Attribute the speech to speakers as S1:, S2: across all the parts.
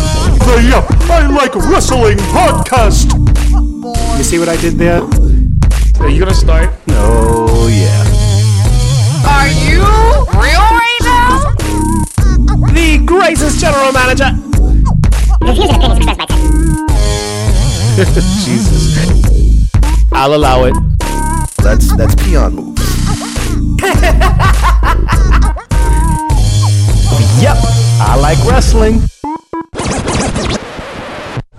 S1: Hey, uh, I like wrestling podcast. You see what I did there?
S2: Are you gonna start?
S1: Oh yeah.
S3: Are you real right now?
S1: The greatest general manager.
S4: Refusing opinions expressed by text.
S1: Jesus. I'll allow it.
S5: That's that's peon move.
S1: Yep. I like wrestling.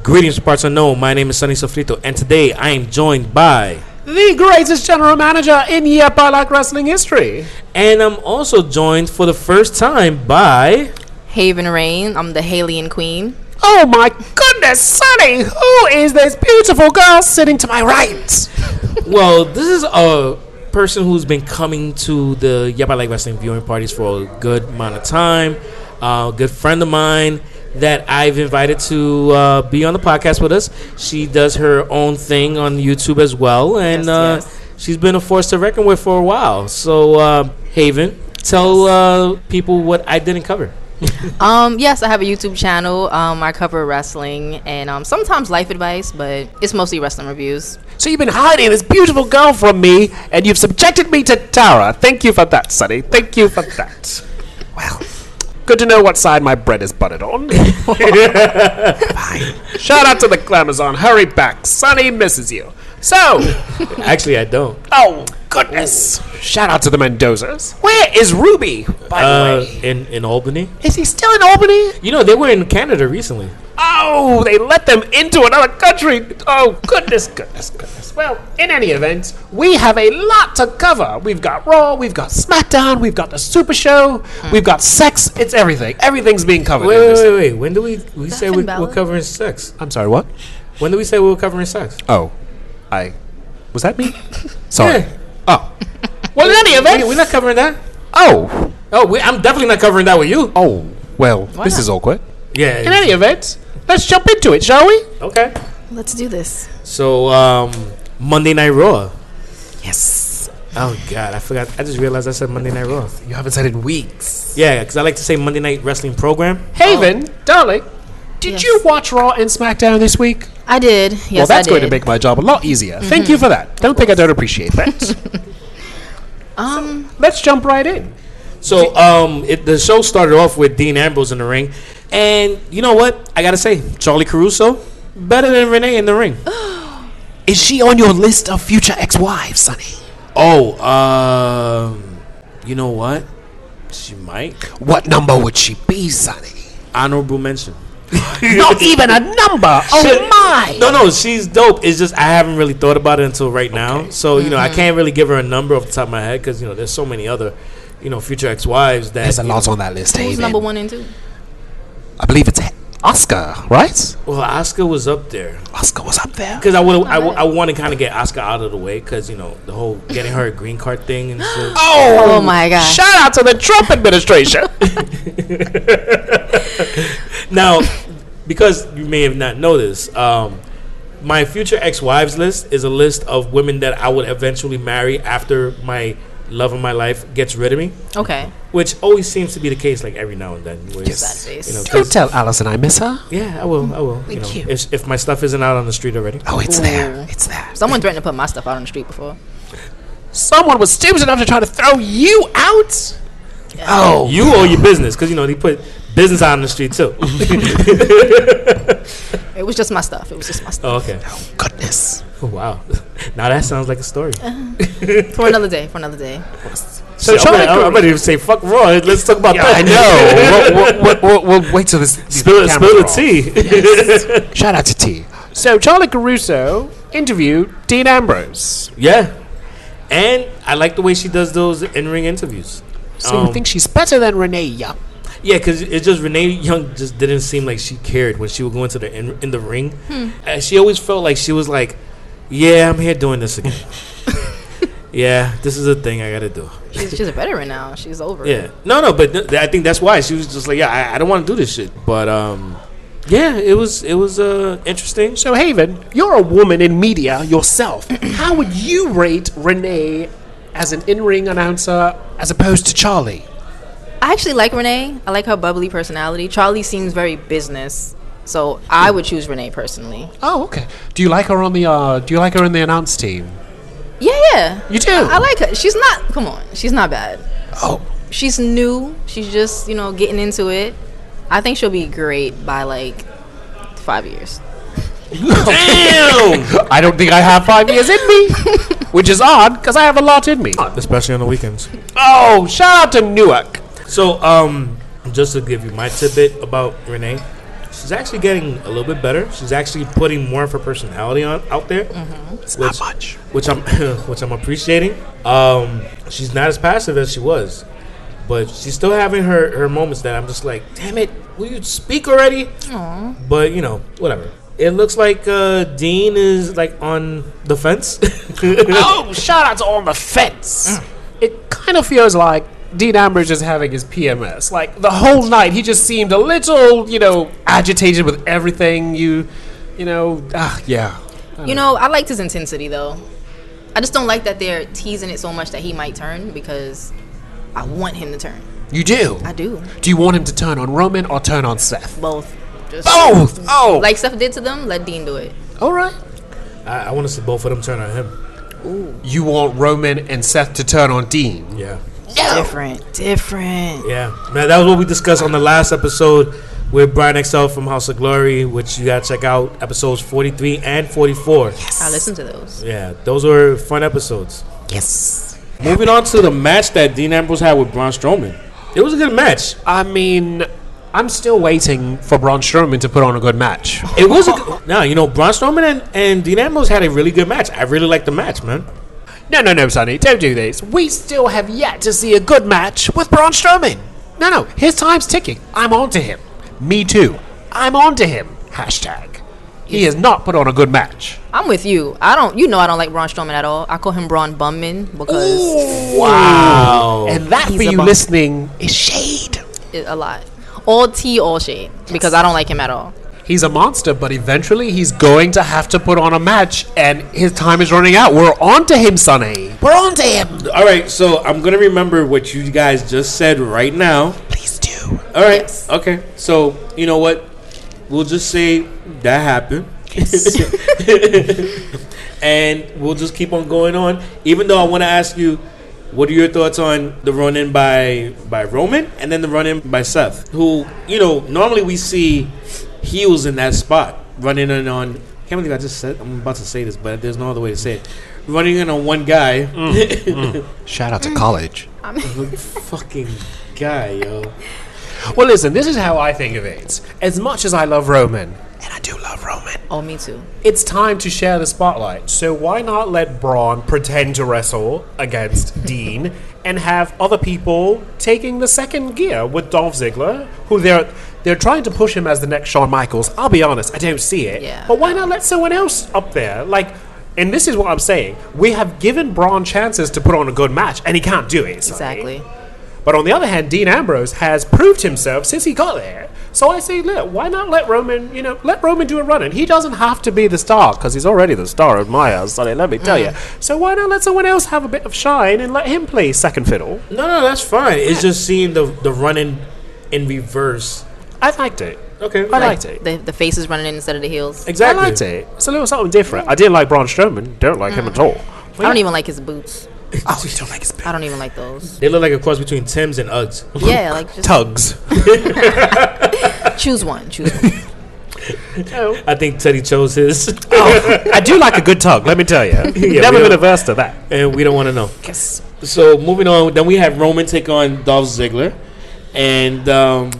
S2: Greetings, parts unknown. My name is Sunny Sofrito, and today I am joined by,
S1: The greatest general manager in Yep. I like wrestling history.
S2: and I'm also joined for the first time by.
S3: Haven Rain, I'm the Halian Queen.
S1: Oh my goodness, Sonny! Who is this beautiful girl sitting to my right?
S2: Well, this is a person who's been coming to the Yep I Like Wrestling viewing parties for a good amount of time. Uh, a good friend of mine that I've invited to uh, be on the podcast with us. She does her own thing on YouTube as well, and
S3: Yes,
S2: uh,
S3: yes.
S2: she's been a force to reckon with for a while. So, uh, Haven, tell uh, people what I didn't cover.
S3: Um, yes, I have a YouTube channel. Um, I cover wrestling and um, sometimes life advice, but it's mostly wrestling reviews.
S1: So you've been hiding this beautiful girl from me, and you've subjected me to Tara. Thank you for that, Sonny. Thank you for that. Well, good to know what side my bread is buttered on. Fine. Shout out to the Glamazon. Hurry back. Sonny misses you. So,
S2: Actually, I don't.
S1: oh, goodness. Shout out to the Mendozas. Where is Ruby, by the
S2: Uh,
S1: way?
S2: in in Albany,
S1: Is he still in Albany?
S2: you know they were in Canada recently.
S1: Oh, they let them into another country. Oh, goodness, goodness, goodness. Well, in any event, we have a lot to cover. We've got Raw, we've got SmackDown, we've got the Super Show, we've got sex. It's everything. Everything's being covered.
S2: Wait,
S1: in
S2: wait,
S1: this.
S2: wait, wait. When do we we say
S3: and
S2: we, we're
S3: ballad.
S2: covering sex?
S1: I'm sorry, what?
S2: When do we say we were covering sex?
S1: Oh, I. Was that me? sorry.
S2: Yeah.
S1: Oh. Well, in any
S2: Wait,
S1: event.
S2: we're not covering that.
S1: oh.
S2: Oh, we, I'm definitely not covering that with you.
S1: Oh, well, this
S3: not?
S1: is awkward. In
S2: Yeah.
S1: any event, let's jump into it, shall we?
S2: Okay.
S3: Let's do this.
S2: So um, Monday Night Raw.
S1: Yes.
S2: Oh God, I forgot. I just realized I said Monday Night Raw.
S1: You haven't said in weeks. Oh.
S2: Yeah, because I like to say Monday Night Wrestling program.
S1: Haven, darling, did
S3: Yes.
S1: you watch Raw and SmackDown this week?
S3: I did. Yes,
S1: well, that's
S3: I did. Mm-hmm.
S1: going to make my job a lot easier. Thank you for that. Don't think I don't appreciate that.
S3: Um,
S1: Let's jump right in.
S2: So um, it, the show started off with Dean Ambrose in the ring, and you know what? I gotta say, Charlie Caruso better than Renee in the ring.
S1: Is she on your list of future ex-wives, Sonny?
S2: Oh, um, you know what? She might.
S1: What number would she be, Sonny?
S2: Honorable mention.
S1: Not even a number. Oh my!
S2: No, no, she's dope. It's just I haven't really thought about it until right now. So you know, I can't really give her a number off the top of my head because you know, there's so many other, you know, future ex-wives that.
S1: There's a
S2: you
S1: lot on that list,
S3: who's
S1: Haven.
S3: number one and two?
S1: I believe it's Oscar, right?
S2: know- Well, Oscar was up there
S1: Oscar was up there.
S2: because I would I, want to kind of get Oscar out of the way because you know the whole getting her a green card thing and shit.
S1: Oh,
S3: Oh my gosh.
S1: Shout out to the Trump administration.
S2: Now, because you may have not noticed, um, my future ex-wives list is a list of women that I would eventually marry after my love of my life gets rid of me,
S3: Okay.
S2: which always seems to be the case, like every now and then. where it's-
S3: Sad face.
S2: You know, 'cause-
S1: don't tell Allison I miss her.
S2: yeah, I will. I will. You know, if, if my stuff isn't out on the street already.
S1: Oh, it's there.
S3: Ooh.
S1: It's there.
S3: Someone threatened to put my stuff out on the street before.
S1: Someone was stupid enough to try to throw you out? Oh.
S2: You owe your business because you know they put business out on the street too.
S1: Mm-hmm.
S3: It was just my stuff. It was just my stuff.
S2: oh, okay.
S1: goodness.
S2: Oh, wow. Now that sounds like a story.
S1: Uh-huh. Oh.
S3: For another day. For another day.
S2: So
S1: Charlie
S2: I'm, ready, I'm
S1: Caruso-
S2: ready to say fuck Raw. Let's talk about that.
S1: I know. we'll, we'll- we'll- we'll wait till this. these
S2: Spill,
S1: cameras
S2: spill
S1: are
S2: the
S1: off.
S2: tea.
S1: Shout out to T. So Charlie Caruso interviewed Dean Ambrose.
S2: Yeah. And I like the way she does those in ring interviews.
S1: So
S2: Um,
S1: you think she's better than Renee Young?
S2: yeah, because it's just Renee Young just didn't seem like she cared when she would go into the in, in the ring. Uh, she always felt like she was like, "Yeah, I'm here doing this again. yeah, this is a thing I got to do."
S3: She's, she's a veteran now. She's over. it.
S2: Yeah, no, no, but th- I think that's why she was just like, "Yeah, I, I don't want to do this shit." But um, yeah, it was it was uh interesting.
S1: So Haven, you're a woman in media yourself. How would you rate Renee as an in-ring announcer as opposed to Charlie?
S3: I actually like Renee. I like her bubbly personality. Charlie seems very business. So I would choose Renee personally.
S1: Oh, okay. Do you like her on the? Uh, do you like her in the announce team?
S3: Yeah, yeah.
S1: You do?
S3: I, I like her. She's not. Come on, she's not bad.
S1: Oh,
S3: She's new. She's just you know getting into it. I think she'll be great by like five years.
S2: Damn!
S1: I don't think I have five years in me, which is odd because I have a lot in me.
S2: Especially on the weekends.
S1: Oh, shout out to Newark.
S2: So, um, just to give you my tidbit about Renee, she's actually getting a little bit better. She's actually putting more of her personality on out there,
S1: It's
S2: not
S1: much.
S2: which I'm which I'm appreciating. Um, she's not as passive as she was, but she's still having her her moments that I'm just like, damn it, will you speak already? But you know, whatever. It looks like uh, Dean is like on the fence.
S1: Oh, shout out to on the fence. It kind of feels like Dean Ambrose is having his PMS. Like the whole night, he just seemed a little, you know, agitated with everything. You, you know, ah, yeah.
S3: You know, I liked his intensity though. I just don't like that they're teasing it so much that he might turn because I want him to turn.
S1: You do.
S3: I do
S1: Do you want him to turn on Roman or turn on Seth?
S3: both. Just
S1: Both. Oh,
S3: Like Steph did to them, let Dean do it.
S1: all right.
S2: I, I want to see both of them turn on him.
S1: You want Roman and Seth to turn on Dean?
S2: Yeah.
S3: Different, different.
S2: Yeah, man, that was what we discussed on the last episode with Brian XL from House of Glory, which you gotta check out episodes 43 and 44.
S3: I listen to those.
S2: Yeah, those were fun episodes.
S1: Yes.
S2: Moving on to the match that Dean Ambrose had with Braun Strowman. It was a good match.
S1: I mean, I'm still waiting for Braun Strowman to put on a good match.
S2: It was a good, now you know Braun Strowman and, and Dean Ambrose had a really good match. I really liked the match, man.
S1: No, no, no, Sonny, don't do this. We still have yet to see a good match with Braun Strowman. No, no, his time's ticking. I'm on to him. Me too. I'm on to him. Hashtag. He has not put on a good match.
S3: I'm with you. I don't. You know, I don't like Braun Strowman at all. I call him Braun Bumman because
S1: Wow. And that,
S3: He's
S1: for
S3: a
S1: you
S3: bum.
S1: listening, is shade.
S3: it, a lot. All tea, all shade because I don't like him at all.
S1: He's a monster, but eventually he's going to have to put on a match, and his time is running out. We're on to him, Sonny. We're on to him.
S2: All right, so I'm gonna remember what you guys just said right now.
S1: Please do.
S2: All right.
S3: Yes.
S2: Okay. So you know what? We'll just say that happened. and we'll just keep on going on. Even though I want to ask you, what are your thoughts on the run in by by Roman and then the run in by Seth? Who you know normally we see heels in that spot running in on. I can't believe I just said I'm about to say this, but there's no other way to say it. Running in on one guy,
S1: Shout out to college.
S2: fucking guy, yo.
S1: Well, listen, this is how I think of it. As much as I love Roman, and I do love Roman,
S3: Oh, me too.
S1: it's time to share the spotlight. So why not let Braun pretend to wrestle against Dean and have other people taking the second gear with Dolph Ziggler, who they're they're trying to push him as the next Shawn Michaels. I'll be honest, I don't see it.
S3: Yeah.
S1: But why not let someone else up there? Like and this is what I'm saying. We have given Braun chances to put on a good match, and he can't do it. Sonny.
S3: Exactly.
S1: But on the other hand, Dean Ambrose has proved himself since he got there. So I say, look, why not let Roman, you know, let Roman do a run in? He doesn't have to be the star because he's already the star of my house, Sonny, let me tell you. So why not let someone else have a bit of shine and let him play second fiddle?
S2: No, no, that's fine. It's just seeing the the running in reverse.
S1: I liked it.
S2: Okay,
S1: I liked it.
S3: The the face is running in instead of the heels.
S1: I liked it. It's a little something different. I didn't like Braun Strowman. Don't like him at all.
S3: I don't even like his boots.
S1: Oh, you don't like his
S3: I don't even like those.
S2: They look like a cross between Tim's and Uggs.
S3: Yeah, like just
S1: e-, tugs.
S3: choose one. Choose one.
S2: I think Teddy chose his,
S1: I do like a good tug, let me tell you. Never
S2: we
S1: been
S2: don't-
S1: averse to that.
S2: and we don't want to know.
S1: Yes.
S2: So moving on, then we had Roman take on Dolph Ziggler, and um,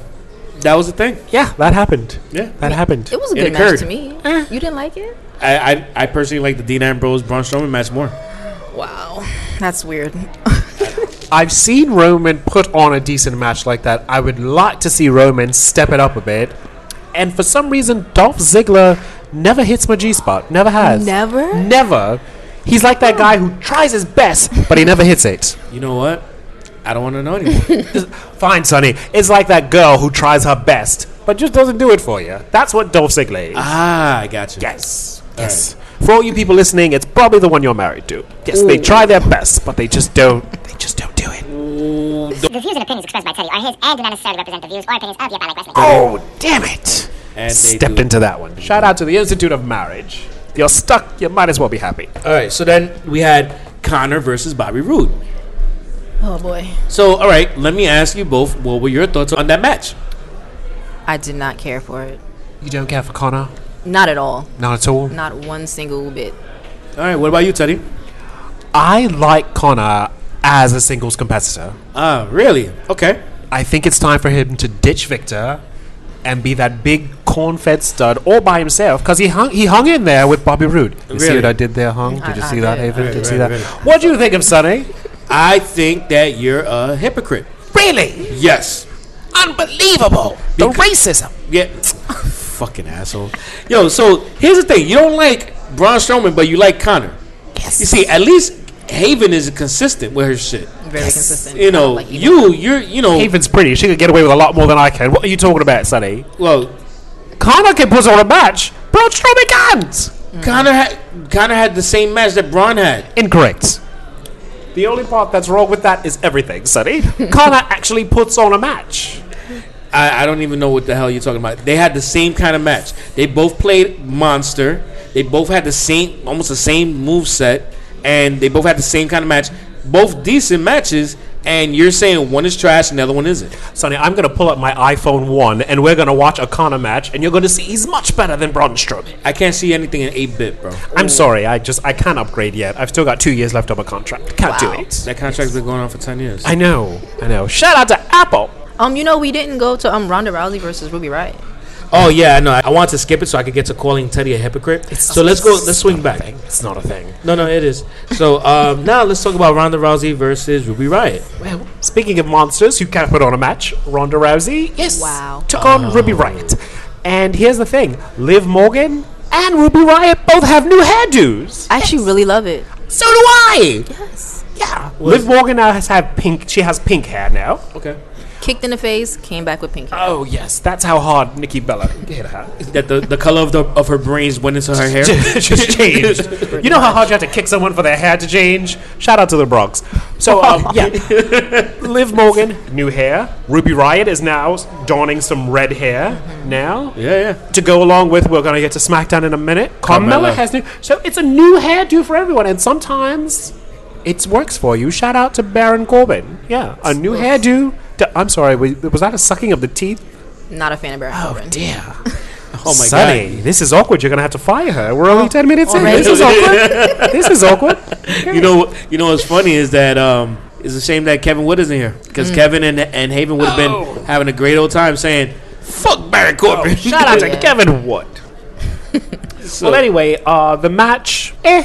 S2: that was the thing.
S1: Yeah, that happened.
S2: Yeah,
S1: That happened.
S3: It was a
S2: It
S3: good
S2: occurred.
S3: match to me. You didn't like it?
S2: I I, I personally like the Dean Ambrose Braun Strowman match more.
S3: Wow, that's weird.
S1: I've seen Roman put on a decent match like that. I would like to see Roman step it up a bit. And for some reason, Dolph Ziggler never hits my G spot. Never has.
S3: Never?
S1: Never. He's like that guy who tries his best, but he never hits it.
S2: You know what? I don't want to know anymore.
S1: Fine, Sonny. It's like that girl who tries her best, but just doesn't do it for you. That's what Dolph Ziggler is.
S2: ah, I got you.
S1: yes. Yes. For all you people listening, it's probably the one you're married to. Yes, they try their best, but they just don't. They just don't do it.
S4: The views and opinions expressed by Teddy are his and do not necessarily represent the views or opinions of Yep, I Like Wrestling.
S1: Oh, damn it!
S2: And they
S1: Stepped
S2: do.
S1: into that one. Shout out to the Institute of Marriage. You're stuck. You might as well be happy.
S2: All right, so then we had Connor versus Bobby Roode.
S3: Oh boy.
S2: So, all right, let me ask you both: What were your thoughts on that match?
S3: I did not care for it.
S1: You don't care for Connor?
S3: Not at all.
S1: Not at all.
S3: Not one single bit.
S2: All right, what about you, Teddy?
S1: I like Connor as a singles competitor.
S2: Ah, really? Okay.
S1: I think it's time for him to ditch Victor and be that big corn-fed stud all by himself because he hung he hung in there with Bobby Roode. You see
S2: Really?
S1: what I did there, hung? Did you
S3: I-
S1: see
S3: I
S1: that,
S3: did, I
S1: Haven?
S2: did.
S1: Did you see
S2: Right,
S1: that?
S2: right.
S1: What do you think of Sonny?
S2: I think that you're a hypocrite.
S1: Really?
S2: Yes.
S1: Unbelievable! The racism.
S2: Yeah. Fucking asshole. Yo, so here's the thing: you don't like Braun Strowman, but you like Connor. Yes. You see, at least Haven is consistent with her shit.
S3: Very consistent.
S2: You know,
S3: Like,
S2: you you're you know
S1: Haven's pretty. She could get away with a lot more than I can. What are you talking about, Sonny?
S2: well
S1: Connor can put on a match. Braun Strowman can't.
S2: Connor had Connor had the same match that Braun had.
S1: Incorrect. The only part that's wrong with that is everything, Sonny. Connor actually puts on a match.
S2: I, I don't even know what the hell you're talking about. They had the same kind of match. They both played monster. They both had the same, almost the same move set, and they both had the same kind of match. Both decent matches, and you're saying one is trash and the other one isn't.
S1: Sonny, I'm going to pull up my iPhone 1 and we're going to watch a Connor match and you're going to see he's much better than Braun Strowman.
S2: I can't see anything in eight bit, bro.
S1: I'm sorry, I just, I can't upgrade yet. I've still got two years left on my contract. Can't do it.
S2: That contract's been going on for ten years.
S1: I know, I know. Shout out to Apple.
S3: um, you know, we didn't go to um Ronda Rousey versus Ruby Riot.
S2: oh yeah, I know. I want to skip it so I could get to calling Teddy a hypocrite. so let's go. Let's swing back.
S1: It's not a thing.
S2: No, no, it is. So um, now let's talk about Ronda Rousey versus Ruby Riot.
S1: Well, speaking of monsters who can't put on a match, Ronda Rousey, yes,
S3: Wow.
S1: took on Ruby Riot. And here's the thing Liv Morgan and Ruby Riot both have new hairdos.
S3: I actually really love it.
S1: So do I.
S3: Yes.
S1: Yeah. Liv Morgan now has had pink. She has pink hair now.
S2: Okay.
S3: Kicked in the face, came back with pink hair.
S1: Oh yes, that's how hard Nikki Bella hit her.
S2: That the, the color of the of her brains went into her hair.
S1: Just changed. you know how hard you have to kick someone for their hair to change. Shout out to the Bronx. So um, yeah, Liv Morgan, new hair. Ruby Riot is now donning some red hair now.
S2: Yeah, yeah.
S1: To go along with, we're gonna get to SmackDown in a minute. Carmella
S2: Carmella.
S1: has new, so it's a new hairdo for everyone, and sometimes it works for you. Shout out to Baron Corbin. Yeah, a new hairdo. To, I'm sorry, wa- was that a sucking of the teeth?
S3: Not a fan of Baron Corbin.
S1: dear.
S2: Oh my
S1: Sonny, this is awkward. You're gonna have to fire her. We're only ten minutes in. This is awkward. this is awkward.
S2: god! You know, you know what's funny is that um, it's a shame that Kevin Wood isn't here because Kevin and and Haven would have been having a great old time saying, "Fuck Baron Corbin."
S1: Shout out to
S3: Yeah.
S1: Kevin Wood.
S2: So-
S1: Well, anyway, uh, the match. Eh.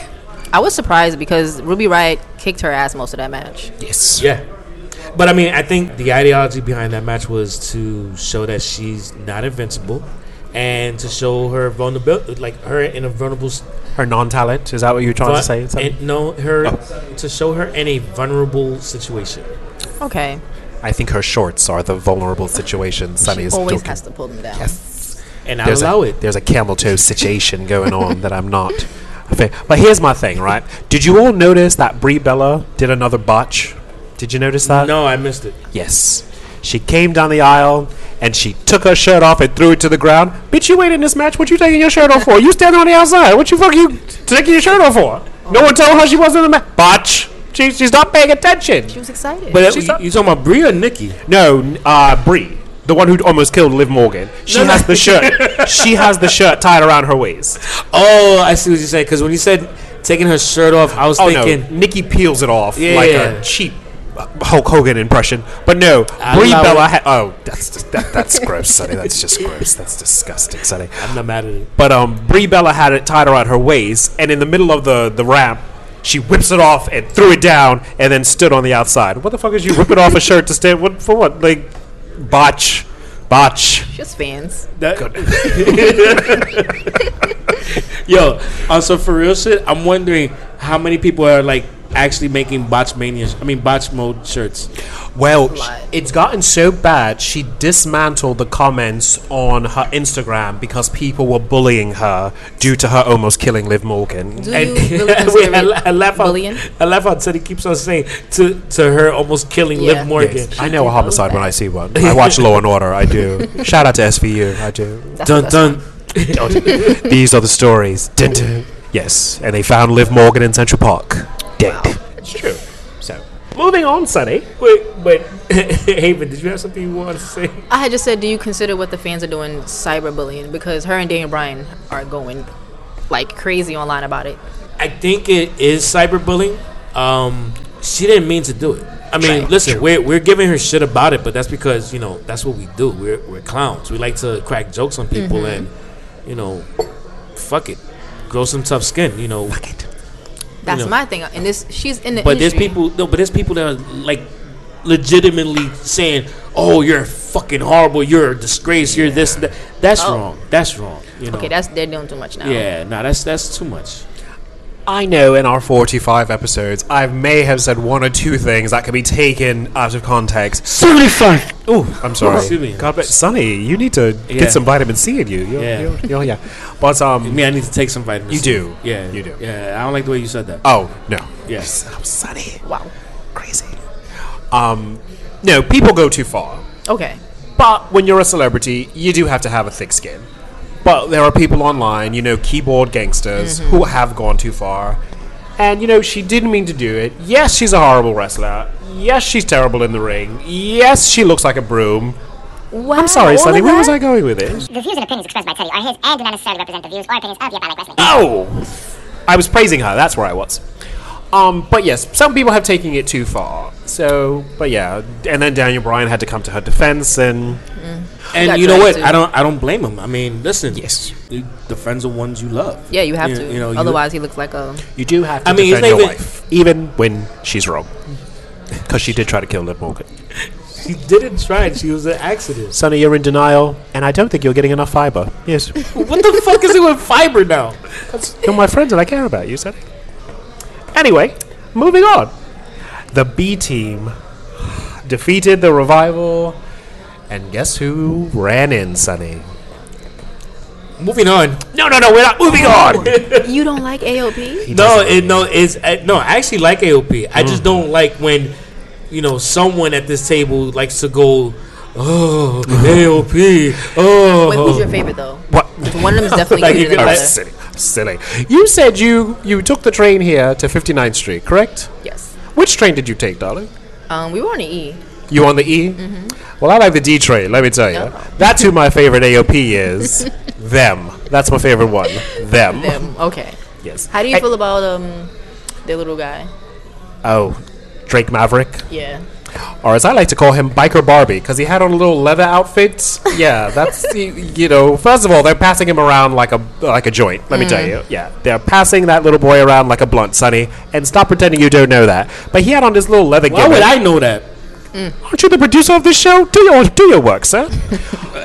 S3: I was surprised because Ruby Riot kicked her ass most of that match.
S1: Yes.
S2: Yeah, but I mean, I think the ideology behind that match was to show that she's not invincible, and to show her vulnerability, like her in a vulnerable. s-
S1: Her non-talent. Is that what you're trying to say? Oh. Sonny?
S2: and no, her to show her in a vulnerable situation.
S3: Okay.
S1: I think her shorts are the vulnerable situation. Sunny
S3: She
S1: is
S3: always
S1: talking.
S3: has to pull them down.
S2: And I
S1: There's
S2: allow
S1: a,
S2: it.
S1: There's a camel toe situation going on that I'm not. a fan- But here's my thing, right? Did you all notice that Brie Bella did another botch? Did you notice that?
S2: No, I missed it.
S1: Yes. She came down the aisle and she took her shirt off and threw it to the ground. Bitch, you ain't in this match. What you taking your shirt off for? You standing on the outside. What you fuck you taking your shirt off for? No one told her she wasn't in the match. Botch. She, she's not paying
S3: She
S1: attention.
S3: was excited.
S2: But
S1: She's
S2: you,
S1: not-
S2: you talking about Bria or Nikki?
S1: No, n- uh, Brie, the one who almost killed Liv Morgan. She
S2: No, no.
S1: has the shirt. she has the shirt tied around her waist.
S2: Oh, I see what you said. Because when you said taking her shirt off, I was
S1: Oh
S2: thinking.
S1: no, Nikki peels it off
S2: Yeah,
S1: like
S2: yeah.
S1: a cheap uh, Hulk Hogan impression. But no,
S2: I
S1: Brie
S2: love
S1: Bella.
S2: it.
S1: Ha- oh, that's just, that, that's gross, Sonny. That's just gross. That's disgusting, Sonny.
S2: "Mm, I'm not mad at it.
S1: But um, Brie Bella had it tied around her waist, and in the middle of the the ramp. She whips it off and threw it down, and then stood on the outside. What the fuck is you ripping off a shirt to stand? What for? What like botch, botch?
S3: Just fans.
S2: uh, Yo, also for real shit, I'm wondering how many people are like actually making botch mania. I mean botch mode shirts.
S1: Well, sh- it's gotten so bad, she dismantled the comments on her Instagram because people were bullying her due to her almost killing Liv Morgan.
S3: Do
S2: And
S3: you really
S2: wait,
S3: consider
S2: I, la- I laugh
S3: it bullying?
S2: out. I laugh out. Said he keeps on saying to to her, almost killing
S3: Yeah.
S2: Liv Morgan.
S1: Yes, I know a
S3: did
S1: homicide
S3: know
S1: when
S3: that.
S1: I see one. I watch Law and Order. I do. Shout out to SVU. I do.
S3: That's
S2: Dun
S3: the best
S2: dun.
S1: These are the stories. Dun, dun. Yes, and they found Liv Morgan in Central Park, dead. It's true. So, moving on, Sonny.
S2: Wait, wait. Haven, did you have something you wanted to say?
S3: one. I had just said, do you consider what the fans are doing cyberbullying? Because her and Daniel Bryan are going like crazy online about it.
S2: I think it is cyberbullying. Um, she didn't mean to do it. I mean,
S3: Right.
S2: listen, we're, we're giving her shit about it, but that's because you know that's what we do. We're we're clowns. We like to crack jokes on people,
S3: Mm-hmm.
S2: and you know, fuck it, grow some tough skin. You know,
S3: That's
S2: know.
S3: my thing. And this, she's in the
S2: but there's
S3: industry.
S2: people no, but there's people that are like legitimately saying, "Oh, you're fucking horrible. You're a disgrace. You're this. and That. That's
S3: Oh.
S2: wrong. That's wrong. You know.
S3: Okay, that's they're doing too much now.
S2: yeah. No, that's that's too much.
S1: I know in our 45 episodes, I may have said one or two things that can be taken out of context.
S2: Seventy five.
S1: Oh, I'm sorry.
S2: Excuse me.
S1: God, but Sonny, you need to
S2: Yeah.
S1: get some vitamin C in you. You're,
S2: Yeah.
S1: yeah. You're, you're- yeah. But,
S2: I
S1: um,
S2: mean, I need to take some vitamins.
S1: You do.
S2: Yeah.
S1: You do.
S2: Yeah. I don't like the way you said that.
S1: oh, no.
S2: Yes.
S1: I'm Sonny. Wow. Crazy. Um, no, people go too far.
S3: Okay.
S1: But when you're a celebrity, you do have to have a thick skin. But there are people online, you know, keyboard gangsters
S3: Mm-hmm.
S1: who have gone too far. And, you know, she didn't mean to do it. Yes, she's a horrible wrestler. Yes, she's terrible in the ring. Yes, she looks like a broom.
S3: Wow,
S1: I'm sorry,
S3: all
S1: Sonny,
S3: of
S1: where
S3: that?
S1: was I going with this?
S4: The views and opinions expressed by Teddy are his and do not necessarily represent the views or opinions of Yep, I Like Wrestling.
S1: Oh! I was praising her, that's where I was. Um, but yes, some people have taken it too far. So, but yeah. And then Daniel Bryan had to come to her defense, and
S2: And
S3: got
S2: you know what?
S3: dragged
S2: I
S3: too.
S2: don't. I don't blame him. I mean, listen. Yes. The the friends are ones you love.
S3: Yeah, you have
S2: You-
S3: to.
S2: you know, you-
S3: Otherwise, he looks like a.
S1: You do have to
S2: I mean, it's
S1: defend
S2: not
S1: your
S2: even-
S1: wife, even when she's wrong, because she did try to kill Liv Morgan.
S2: She didn't try. it. She was an accident.
S1: Sonny, you're in denial, and I don't think you're getting enough fiber. Yes,
S2: what the fuck is it with fiber now?
S1: you're my friend, and I care about you, Sonny. Anyway, moving on. The B team defeated the revival, and guess who ran in, Sonny?
S2: Moving on.
S1: No, no, no, we're not moving on.
S3: You don't like AOP?
S2: No, it, no, it's uh, no. I actually like AOP. I
S1: Mm.
S2: just don't like when you know someone at this table likes to go. Oh, AOP. Oh,
S3: Wait, who's your favorite though?
S1: What?
S3: One of them is definitely
S2: Like,
S3: good
S2: you
S3: than the
S2: could-
S1: Oh,
S3: other.
S1: silly, silly. You said you you took the train here to 59th Street, correct?
S3: Yes.
S1: Which train did you take, darling?
S3: Um, we were on the E.
S1: You on the E? Well, I like the D train, let me tell you.
S3: Mm-hmm. Oh.
S1: That's who my favorite AOP is. Them. That's my favorite one. Them.
S3: Them. Um, Okay.
S1: Yes.
S3: How do you
S1: Hey-
S3: feel about um the little guy?
S1: Oh, Drake Maverick.
S3: Yeah.
S1: Or as I like to call him, Biker Barbie, because he had on a little leather outfit. Yeah, that's, y- you know, first of all, they're passing him around like a like a joint, let me
S3: Mm.
S1: tell you. Yeah, they're passing that little boy around like a blunt, Sonny. And stop pretending you don't know that. But he had on this little leather
S2: Why
S1: gimmick.
S2: would I know that?
S1: Aren't you the producer of this show? Do your, do your work, sir.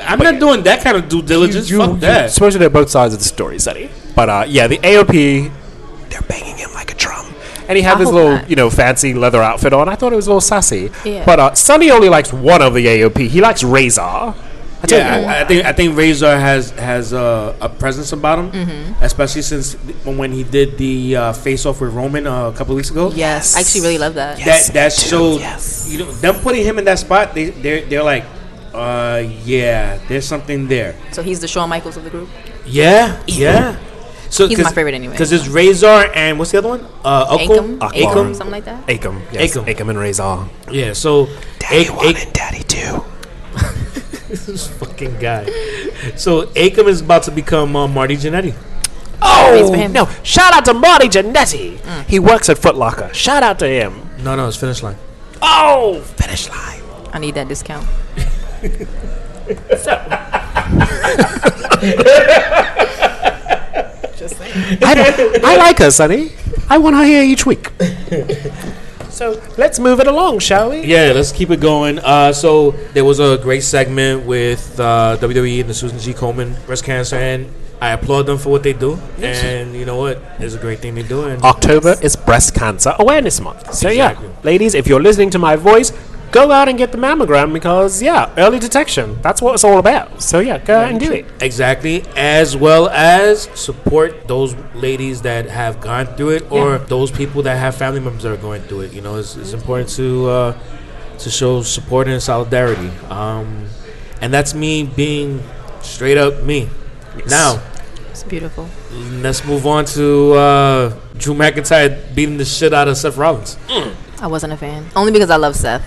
S2: I'm not doing that kind of due diligence. Fuck
S1: You're
S2: that.
S1: supposed to know both sides of the story, Sonny. But uh, yeah, the AOP, they're banging him like a drum. And he had
S3: I
S1: this
S3: hope
S1: little,
S3: not.
S1: you know, fancy leather outfit on. I thought it was a little sassy.
S3: Yeah.
S1: But uh, Sonny only likes one of the AOP. He likes Razor. I tell you
S2: Yeah,
S1: what.
S2: I, I think I think Razor has has uh, a presence about him,
S3: Mm-hmm.
S2: especially since th- when he did the uh, face off with Roman uh, a couple weeks ago.
S3: Yes. I actually really love that.
S2: that that
S1: dude,
S2: showed
S1: yes.
S2: you know them putting him in that spot. They they're, they're like, uh, yeah, there's something there.
S3: So he's the Shawn Michaels of the group.
S2: Yeah, yeah. So
S3: He's my favorite anyway.
S2: because it's Razor and what's the other one? Uh,
S3: Akam,
S2: Okum?
S1: Akbar.
S3: Akam, something like that.
S1: Akam. Yes.
S2: Akam.
S1: Akam. and Razor.
S2: Uh, Yeah, so
S1: Daddy
S2: Ak-
S1: one
S2: Ak-
S1: and Daddy two.
S2: this fucking guy. So Akam is about to become uh, Marty Jannetty.
S3: Praise for
S1: Oh,
S3: him. Mm.
S1: no. Shout out to Marty Janetti. He works at Foot Locker. Shout out to him.
S2: No, no, it's finish line.
S1: Oh, finish line.
S3: I need that discount.
S1: I, I like her, Sonny. I want her here each week. So let's move it along, shall we?
S2: Yeah, let's keep it going. Uh, so there was a great segment with uh, WWE and the Susan G. Komen breast cancer, and I applaud them for what they do. And you know what? It's a great thing they do. And
S1: October is Breast Cancer Awareness Month. So
S2: Exactly.
S1: yeah, ladies, if you're listening to my voice, go out and get the mammogram because yeah, early detection. That's what it's all about. So yeah, go out and do it.
S2: Exactly, as well as support those ladies that have gone through it, or those people that have family members that are going through it. You know, it's, it's important to uh, to show support and solidarity. Um, and that's me being straight up me. Now,
S3: It's beautiful.
S2: let's move on to uh, Drew McIntyre beating the shit out of Seth Rollins.
S3: I wasn't a fan. Only because I love Seth.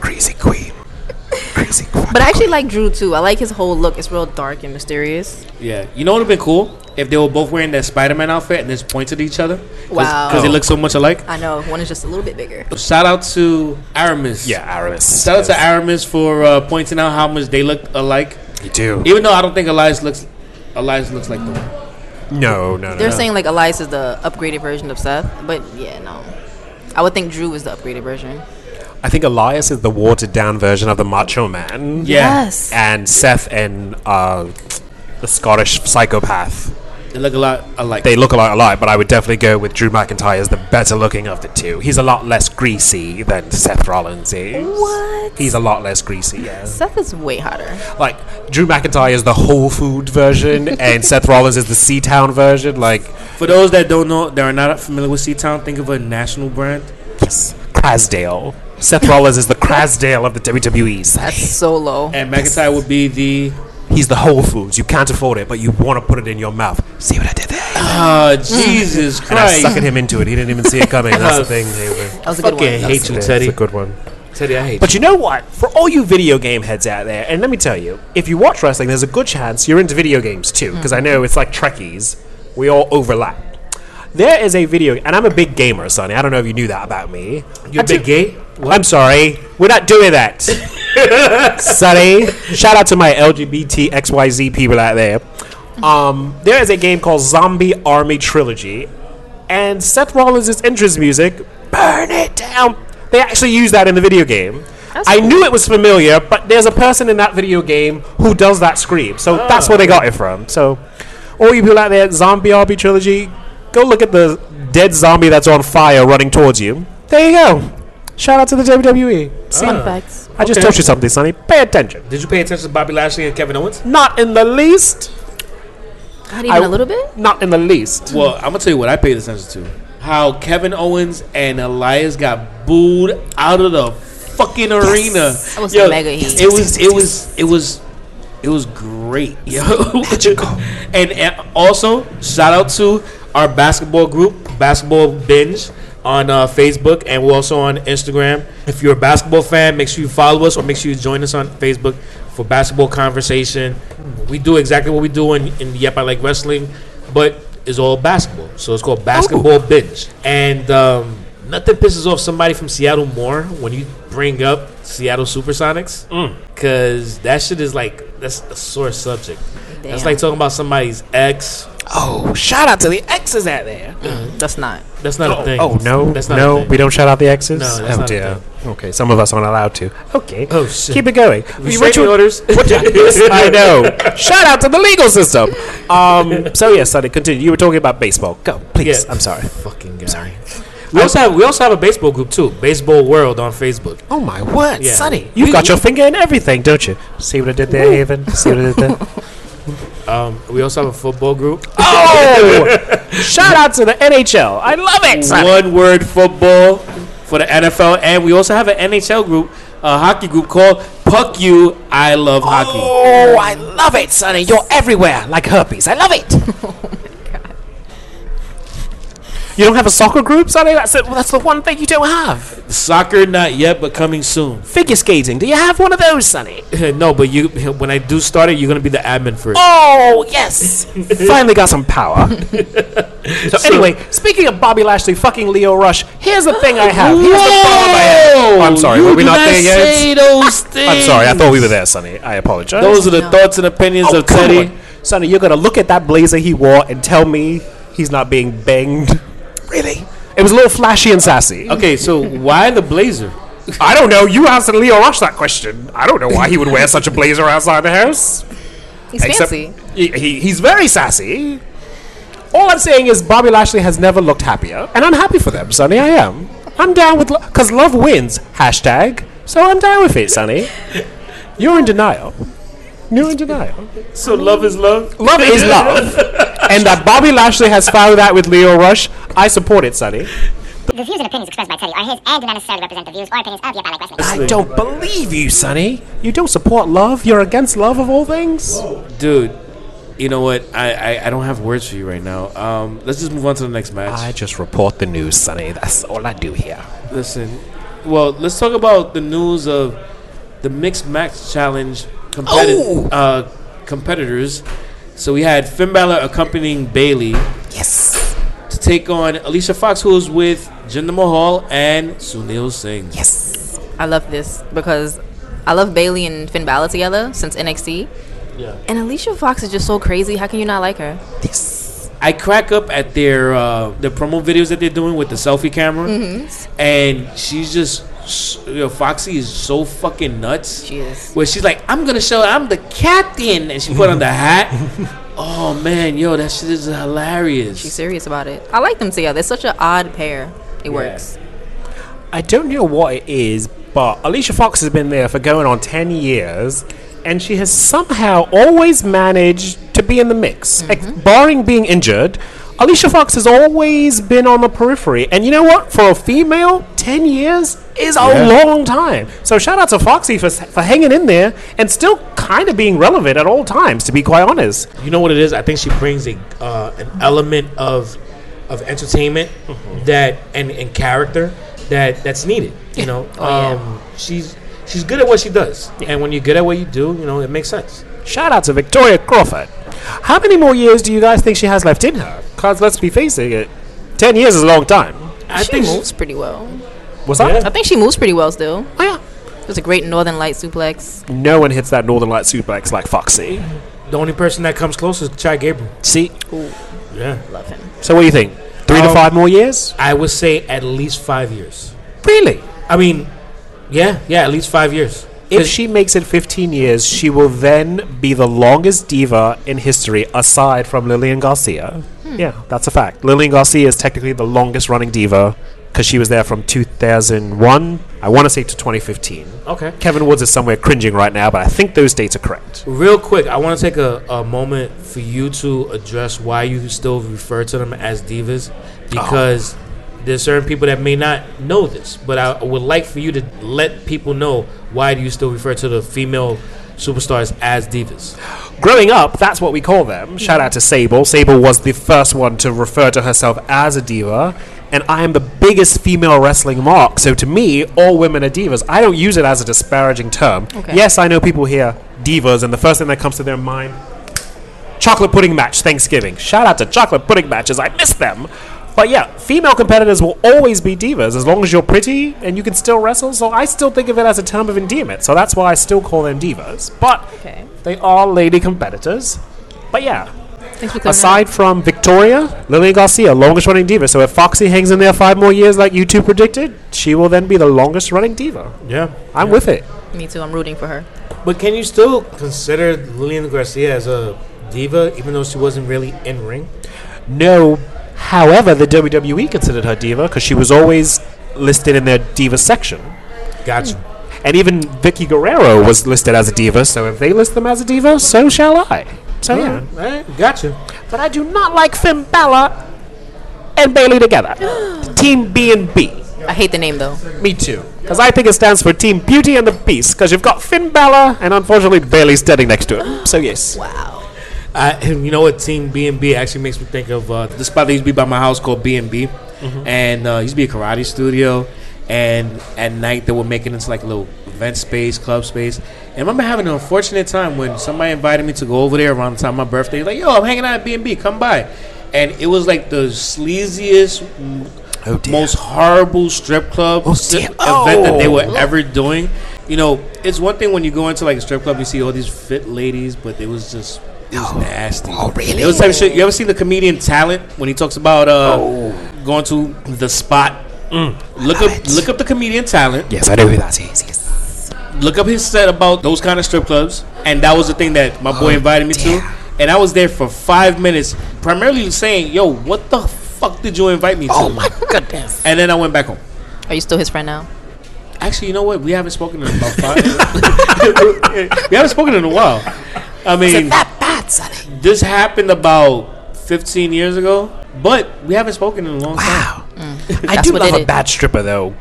S1: Crazy queen. Crazy queen.
S3: But I actually like Drew too. I like his whole look. It's real dark and mysterious.
S2: Yeah, you know what would have been cool if they were both wearing that Spider-Man outfit and just pointed at each other.
S3: Wow.
S2: because they look so much alike.
S3: I know. One is just a little bit bigger.
S2: Shout out to Aramis.
S1: yeah, Aramis.
S2: Shout out to Aramis for uh, pointing out how much they look alike.
S1: You do.
S2: Even though I don't think Elias looks Elias looks like them.
S1: No, no, no.
S3: They're
S1: no.
S3: saying like Elias is the upgraded version of Seth, but yeah, no. I would think Drew is the upgraded version.
S1: I think Elias is the watered down version of the Macho Man.
S2: Yeah.
S3: Yes.
S1: And Seth and uh, the Scottish psychopath.
S2: They look a lot alike.
S1: They look a lot alike, but I would definitely go with Drew McIntyre as the better looking of the two. He's a lot less greasy than Seth Rollins is.
S3: What?
S1: He's a lot less greasy, yeah.
S3: Seth is way hotter.
S1: Like, Drew McIntyre is the Whole Food version, and Seth Rollins is the Sea Town version. Like,
S2: For those that don't know, that are not familiar with Sea Town, think of a national brand.
S1: yes, Crasdale. Seth Rollins is the Crasdale of the E WWE's.
S3: That's so low.
S2: And McIntyre would be the
S1: He's the Whole Foods. You can't afford it, but you want to put it in your mouth. See what I did there?
S2: Ah Jesus
S1: And I
S2: Christ.
S1: suckered him into it. He didn't even see it coming. That's the thing. Hayward.
S3: That was a good
S2: Fucking
S3: one.
S2: hate you,
S1: It's a
S2: Teddy.
S1: good one.
S2: Teddy, I hate you.
S1: But you know what? For all you video game heads out there, and let me tell you, if you watch wrestling, there's a good chance you're into video games too, because I
S2: Mm-hmm.
S1: know it's like Trekkies. We all overlap. There is a video, and I'm a big gamer, Sonny. I don't know if you knew that about me.
S2: You're
S1: I do-
S2: big gay?
S1: I'm sorry. We're not doing that. Sonny, shout out to my LGBT XYZ people out there.
S2: Mm-hmm.
S1: Um, there is a game called Zombie Army Trilogy, and Seth Rollins' entrance music, Burn It Down. They actually use that in the video game. I knew it was familiar, but there's a person in that video game who does that scream. So that's where they got it from. So, all you people out there, Zombie Army Trilogy, go look at the dead zombie that's on fire running towards you. There you go. Shout out to the WWE. See,
S3: Fun facts.
S1: I just
S2: okay.
S1: told you something, Sonny. Pay attention.
S2: Did you pay attention to Bobby Lashley and Kevin Owens?
S1: Not in the least.
S3: Not even
S1: I-
S3: a little bit.
S1: Not in the least.
S2: Well, I'm gonna tell you what I paid attention to. How Kevin Owens and Elias got booed out of the fucking arena.
S3: That was mega heat.
S2: It was it was it was it was great. Yo. and, and also shout out to our basketball group, Basketball Binge on uh, Facebook and we're also on Instagram. If you're a basketball fan, make sure you follow us or make sure you join us on Facebook for basketball conversation. We do exactly what we do in, in Yep I Like Wrestling, but it's all basketball. So it's called Basketball Binge. And um, nothing pisses off somebody from Seattle more when you bring up Seattle Supersonics because that shit is like that's a sore subject. That's
S3: Damn.
S2: like talking about somebody's ex.
S1: Oh, shout out to the exes out there.
S3: Mm, That's not.
S2: That's not a thing.
S1: Oh no,
S2: that's not a
S1: no,
S2: thing.
S1: we don't shout out the exes.
S2: No, that's
S1: oh
S2: not a
S1: dear. Okay, some of us aren't allowed to. Okay.
S2: Oh, shit.
S1: Keep it going. We-
S2: Restraining
S1: Richard-
S2: orders.
S1: Yes, I know. Shout out to the legal system. Um. So yes, Sonny, continue. You were talking about baseball. Go, please.
S2: Yeah.
S1: I'm sorry.
S2: Fucking guy. We also have we also have a baseball group too, Baseball World on Facebook.
S1: Oh my word,
S2: Yeah.
S1: Sonny! You've
S2: We-
S1: got your finger in everything, don't you? See what I did there, Haven? See what I did there?
S2: Um, we also have a football group.
S1: oh! Shout out to the NHL. I love it. Sonny.
S2: One word football for the NFL, and we also have an NHL group, a hockey group called Puck You. I love hockey.
S1: Oh, I love it, Sonny. You're everywhere like herpes. I love it. Oh You don't have a soccer group, Sonny? That's, it. that's the one thing you don't have.
S2: Soccer not yet, but coming soon.
S1: Figure skating. Do you have one of those, Sonny?
S2: no, but you when I do start it, you're gonna be the admin for it.
S1: Oh, yes. Finally got some power. so, anyway, speaking of Bobby Lashley fucking Leo Rush, here's the thing I have. Here's the problem I have. I'm sorry,
S2: You
S1: were we
S2: do
S1: not there yet?
S2: Say those things.
S1: I'm sorry. I thought we were there, Sonny. I apologize.
S2: Those are the
S3: No.
S2: thoughts and opinions
S1: Oh,
S2: of
S1: come
S2: Teddy.
S1: on. Sonny, you're going to look at that blazer he wore and tell me he's not being banged? Really? It It was a little flashy and sassy.
S2: Okay, so why the blazer?
S1: I don't know. You asked Leo Rush that question. I don't know why he would wear such a blazer outside the house.
S3: He's
S1: Except-
S3: fancy.
S1: He, he, he's very sassy. All I'm saying is Bobby Lashley has never looked happier, and I'm happy for them, Sonny. I am. I'm down with because love wins. Hashtag. So I'm down with it, Sonny. You're in denial. You're in denial.
S2: So love is love.
S1: Love is love, and that Bobby Lashley has found that with Leo Rush. I support it, Sonny.
S4: The views and opinions expressed by Teddy are his and do not necessarily represent the views or opinions of Your Ballet Wrestling.
S1: I don't believe you, Sonny. You don't support love. You're against love of all things.
S2: Dude, you know what? I, I, I don't have words for you right now. Um, let's just move on to the next match.
S1: I just report the news, Sonny. That's all I do here.
S2: Listen, well, let's talk about the news of the mixed match challenge competi-
S1: Oh!
S2: uh, competitors. So we had Finn Balor accompanying Bailey
S1: Yes.
S2: to take on Alicia Fox, who is with Jinder Mahal and Sunil Singh.
S1: Yes.
S3: I love this because I love Bailey and Finn Balor together since NXT.
S2: Yeah.
S3: And Alicia Fox is just so crazy. How can you not like her?
S1: Yes.
S2: I crack up at their uh, the promo videos that they're doing with the selfie camera,
S3: Mm-hmm.
S2: and she's just s- you know, Foxy is so fucking nuts.
S3: She is.
S2: Where she's like, "I'm gonna show I'm the captain," and she put on the hat. oh man, yo, that shit is hilarious.
S3: She's serious about it. I like them together. It's such an odd pair. It works.
S1: I don't know what it is, but Alicia Fox has been there for going on 10 years, and she has somehow always managed to be in the mix. Ex- barring being injured, Alicia Fox has always been on the periphery. And you know what? For a female, 10 years is a long time. So shout out to Foxy for, s- for hanging in there and still kind of being relevant at all times, to be quite honest.
S2: You know what it is? I think she brings a uh, an element of of entertainment that and, and character that that's needed. You know,
S3: Oh, yeah.
S2: um, she's she's good at what she does, and when you're good at what you do, you know it makes sense.
S1: Shout out to Victoria Crawford. How many more years do you guys think she has left in her? Because let's be facing it, 10 years is a long time.
S2: I
S3: she
S2: think
S3: moves pretty well.
S1: Was
S2: Yeah.
S1: that?
S3: I think she moves pretty well still.
S1: Oh, yeah.
S3: There's a great Northern Light suplex.
S1: No one hits that Northern Light suplex like Foxy.
S2: the only person that comes close is Chad Gabriel.
S1: See?
S2: Yeah,
S3: Love him.
S1: So what do you think? Three to
S2: Um,
S1: five more years?
S2: I would say at least five years.
S1: Really?
S2: I mean, yeah, yeah, at least five years.
S1: If
S2: 'Cause-
S1: she makes it 15 years, she will then be the longest diva in history aside from Lillian Garcia.
S2: Hmm.
S1: Yeah, that's a fact. Lillian Garcia is technically the longest running diva because she was there from 2001, I want to say to 2015.
S2: okay,
S1: Kevin Woods is somewhere cringing right now, but I think those dates are correct.
S2: real quick, I want to take a, a moment for you to address why you still refer to them as divas, because there's certain people that may not know this, but I would like for you to let people know why do you still refer to the female superstars as divas.
S1: Growing up, that's what we call them. Shout out to Sable. Sable was the first one to refer to herself as a diva, and I am the biggest female wrestling mark. So to me, all women are divas. I don't use it as a disparaging term.
S3: Okay.
S1: Yes, I know people hear divas, and the first thing that comes to their mind chocolate pudding match Thanksgiving. Shout out to chocolate pudding matches. I miss them. But yeah, female competitors will always be divas as long as you're pretty and you can still wrestle. So I still think of it as a term of endearment. So that's why I still call them divas. But
S3: Okay.
S1: they are lady competitors. But yeah,
S3: Thanks for coming
S1: aside from Victoria, Lillian Garcia, longest running diva. So if Foxy hangs in there five more years, like you two predicted, she will then be the longest running diva.
S2: Yeah,
S1: I'm with it.
S3: out. Me too. I'm rooting for her.
S2: But can you still consider Lillian Garcia as a diva, even though she wasn't really in ring?
S1: No, however, the WWE considered her diva because she was always listed in their diva section.
S2: Gotcha.
S1: And even Vicky Guerrero was listed as a diva. So if they list them as a diva, so shall I. So yeah.
S2: All right, gotcha.
S1: But I do not like Finn Balor and Bailey together. Team B and B.
S3: I hate the name though.
S1: Me too. Because I think it stands for Team Beauty and the Beast. Because you've got Finn Balor and unfortunately Bailey standing next to him. So yes.
S2: I, and you know what? Team B and B actually makes me think of uh, the spot that used to be by my house called B and B, and uh, used to be a karate studio. And at night they were making this like little event space, club space. And I remember having an unfortunate time when somebody invited me to go over there around the time of my birthday. Like, yo, I'm hanging out at B and B. Come by. And it was like the sleaziest, m-
S1: Oh, dear.
S2: most horrible strip club
S1: dear.
S2: event that they
S1: Oh.
S2: were ever doing. You know, it's one thing when you go into like a strip club, you see all these fit ladies, but it was just Oh, it was nasty. Oh, Mm. really? It was the type of shit. You ever seen the comedian Talent when he talks about uh, going to the spot. look up, look up the comedian talent.
S1: Yes, I know who that is. Yes.
S2: Look up his set about those kind of strip clubs, and that was the thing that my boy invited me to. And I was there for five minutes, primarily saying, "Yo, what the fuck did you invite me to?"
S1: my goodness.
S2: And then I went back home.
S3: Are you still his friend now?
S2: Actually, you know what? We haven't spoken in about five. we haven't spoken in a while. I mean,
S3: bad, Sonny.
S2: this happened about 15 years ago, but we haven't spoken in a long time.
S1: Wow. I do
S3: what
S1: love
S3: they
S1: a
S3: did.
S1: bad stripper though.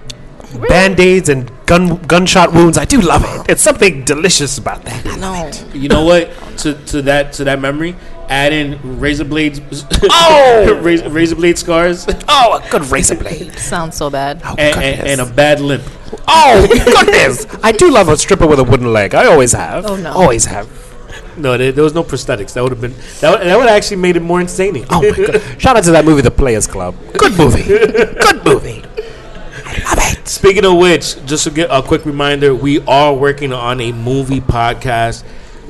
S1: Band aids and gun gunshot wounds. I do love it. It's something delicious about that. I love it.
S2: You know what? to to that to that memory, add in razor blades.
S1: Oh!
S2: razor, razor blade scars and,
S1: Oh, a good razor blade.
S3: Sounds so bad.
S1: Oh,
S2: and, and a
S1: goodness.
S2: bad limp.
S1: oh, goodness. I do love a stripper with a wooden leg. I always have.
S3: Oh, no.
S1: Always have.
S2: No, there, there was no prosthetics. That would have been that. Would, that would have actually made it more insane.
S1: Oh my god! Shout out to that movie, The Players Club. Good movie. Good movie. I love it.
S2: Speaking of which, just to get a quick reminder, we are working on a movie podcast.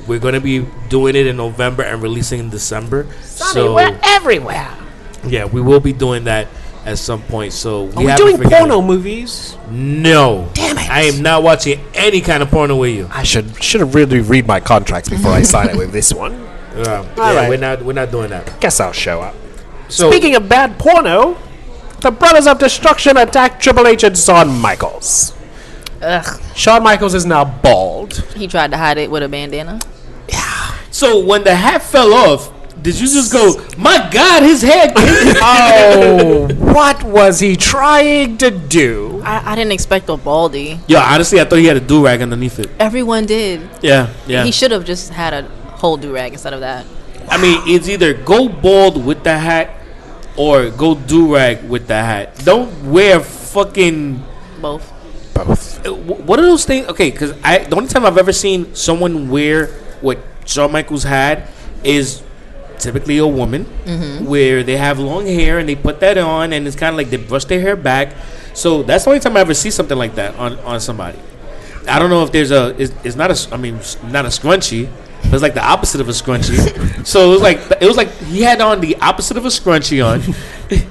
S2: We're going to be doing it in November and releasing in December. so
S1: We're everywhere.
S2: yeah, we will be doing that at some point. So we
S1: Are we
S2: haven't
S1: doing
S2: forgotten-
S1: porno movies?
S2: No,
S1: Damn it.
S2: I am not watching any kind of porno with you.
S1: I should should have really read my contracts before I sign it with this one.
S2: Um, yeah,
S1: right.
S2: we're not we're not doing that.
S1: Guess I'll show up.
S2: So
S1: Speaking of bad porno, the Brothers of Destruction attack Triple H and Shawn Michaels.
S3: Ugh.
S1: Shawn Michaels is now bald.
S3: He tried to hide it with a bandana.
S2: so when the hat fell off, did you just go? My God, his head!
S1: Oh, what was he trying to do?
S3: I, I didn't expect a baldy.
S2: Yo, honestly, I thought he had a do rag underneath it.
S3: Everyone did.
S2: Yeah, yeah.
S3: He should have just had a whole do rag instead of that.
S2: I mean, it's either go bald with the hat or go do rag with the hat. Don't wear fucking.
S3: Both.
S1: Both.
S2: uh, wh- What are those things? Okay, because I the only time I've ever seen someone wear what Shawn Michaels had is typically a woman, where they have long hair and they put that on, and it's kind of like they brush their hair back. So that's the only time I ever see something like that on on somebody. I don't know if there's a. It's, it's not a. s- I mean, s- not a scrunchie. But it's like the opposite of a scrunchie. so it was like it was like he had on the opposite of a scrunchie on.